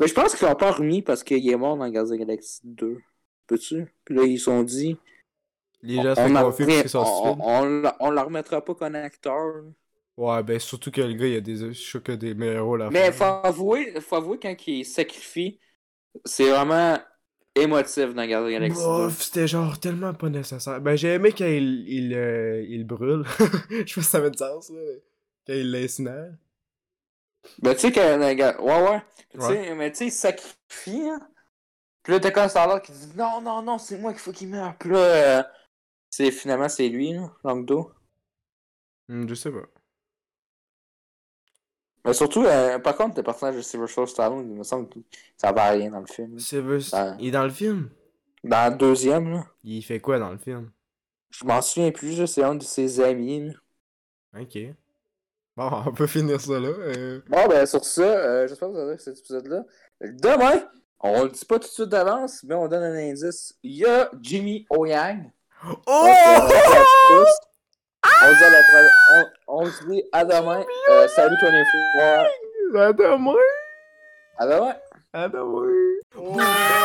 Mais je pense qu'ils l'ont pas remis parce qu'il est mort dans Guardians of the Galaxy 2. Peux-tu? Puis là, ils se sont dit, Les on gens se font confus en parce revient- qu'ils sont on- stupides. on la- on la remettra pas comme acteur. Ouais, ben surtout que le gars, il a des... Je suis sûr qu'il a des meilleurs rôles à Mais faire. faut avouer, faut avouer quand il sacrifie, c'est vraiment émotif dans Garde Galaxy. Bof, c'était genre tellement pas nécessaire. Ben, j'ai aimé quand il, il, euh, il brûle. Je sais pas si ça fait du sens, là. mais Quand il l'incinère. Ben, tu sais, quand. Ouais, ouais. Tu sais, Ouais. Mais tu sais, il sacrifie. hein. Puis là, t'as comme Star-Lord qui dit Non, non, non, c'est moi qu'il faut qu'il meure. Puis là, euh, c'est, finalement, c'est lui, là, Langdo. Hmm, je sais pas. Mais surtout, euh, par contre, le personnage de Silver Stallone, il me semble que ça va à rien dans le film. là. Severus, Ouais. il est dans le film? Dans le deuxième, là, Il fait quoi dans le film? je m'en souviens plus, là, c'est un de ses amis. là. Ok. Bon, on peut finir ça là. euh. Bon, ben, sur ça, euh, j'espère que vous avez aimé cet épisode-là. Demain, on le dit pas tout de suite d'avance, mais on donne un indice. Il y a Jimmy O'Yang. Donc, euh, Oh! merci à tous. On se dit à la pro- on- on se dit à demain. Euh, salut 24. À demain! À demain. À demain!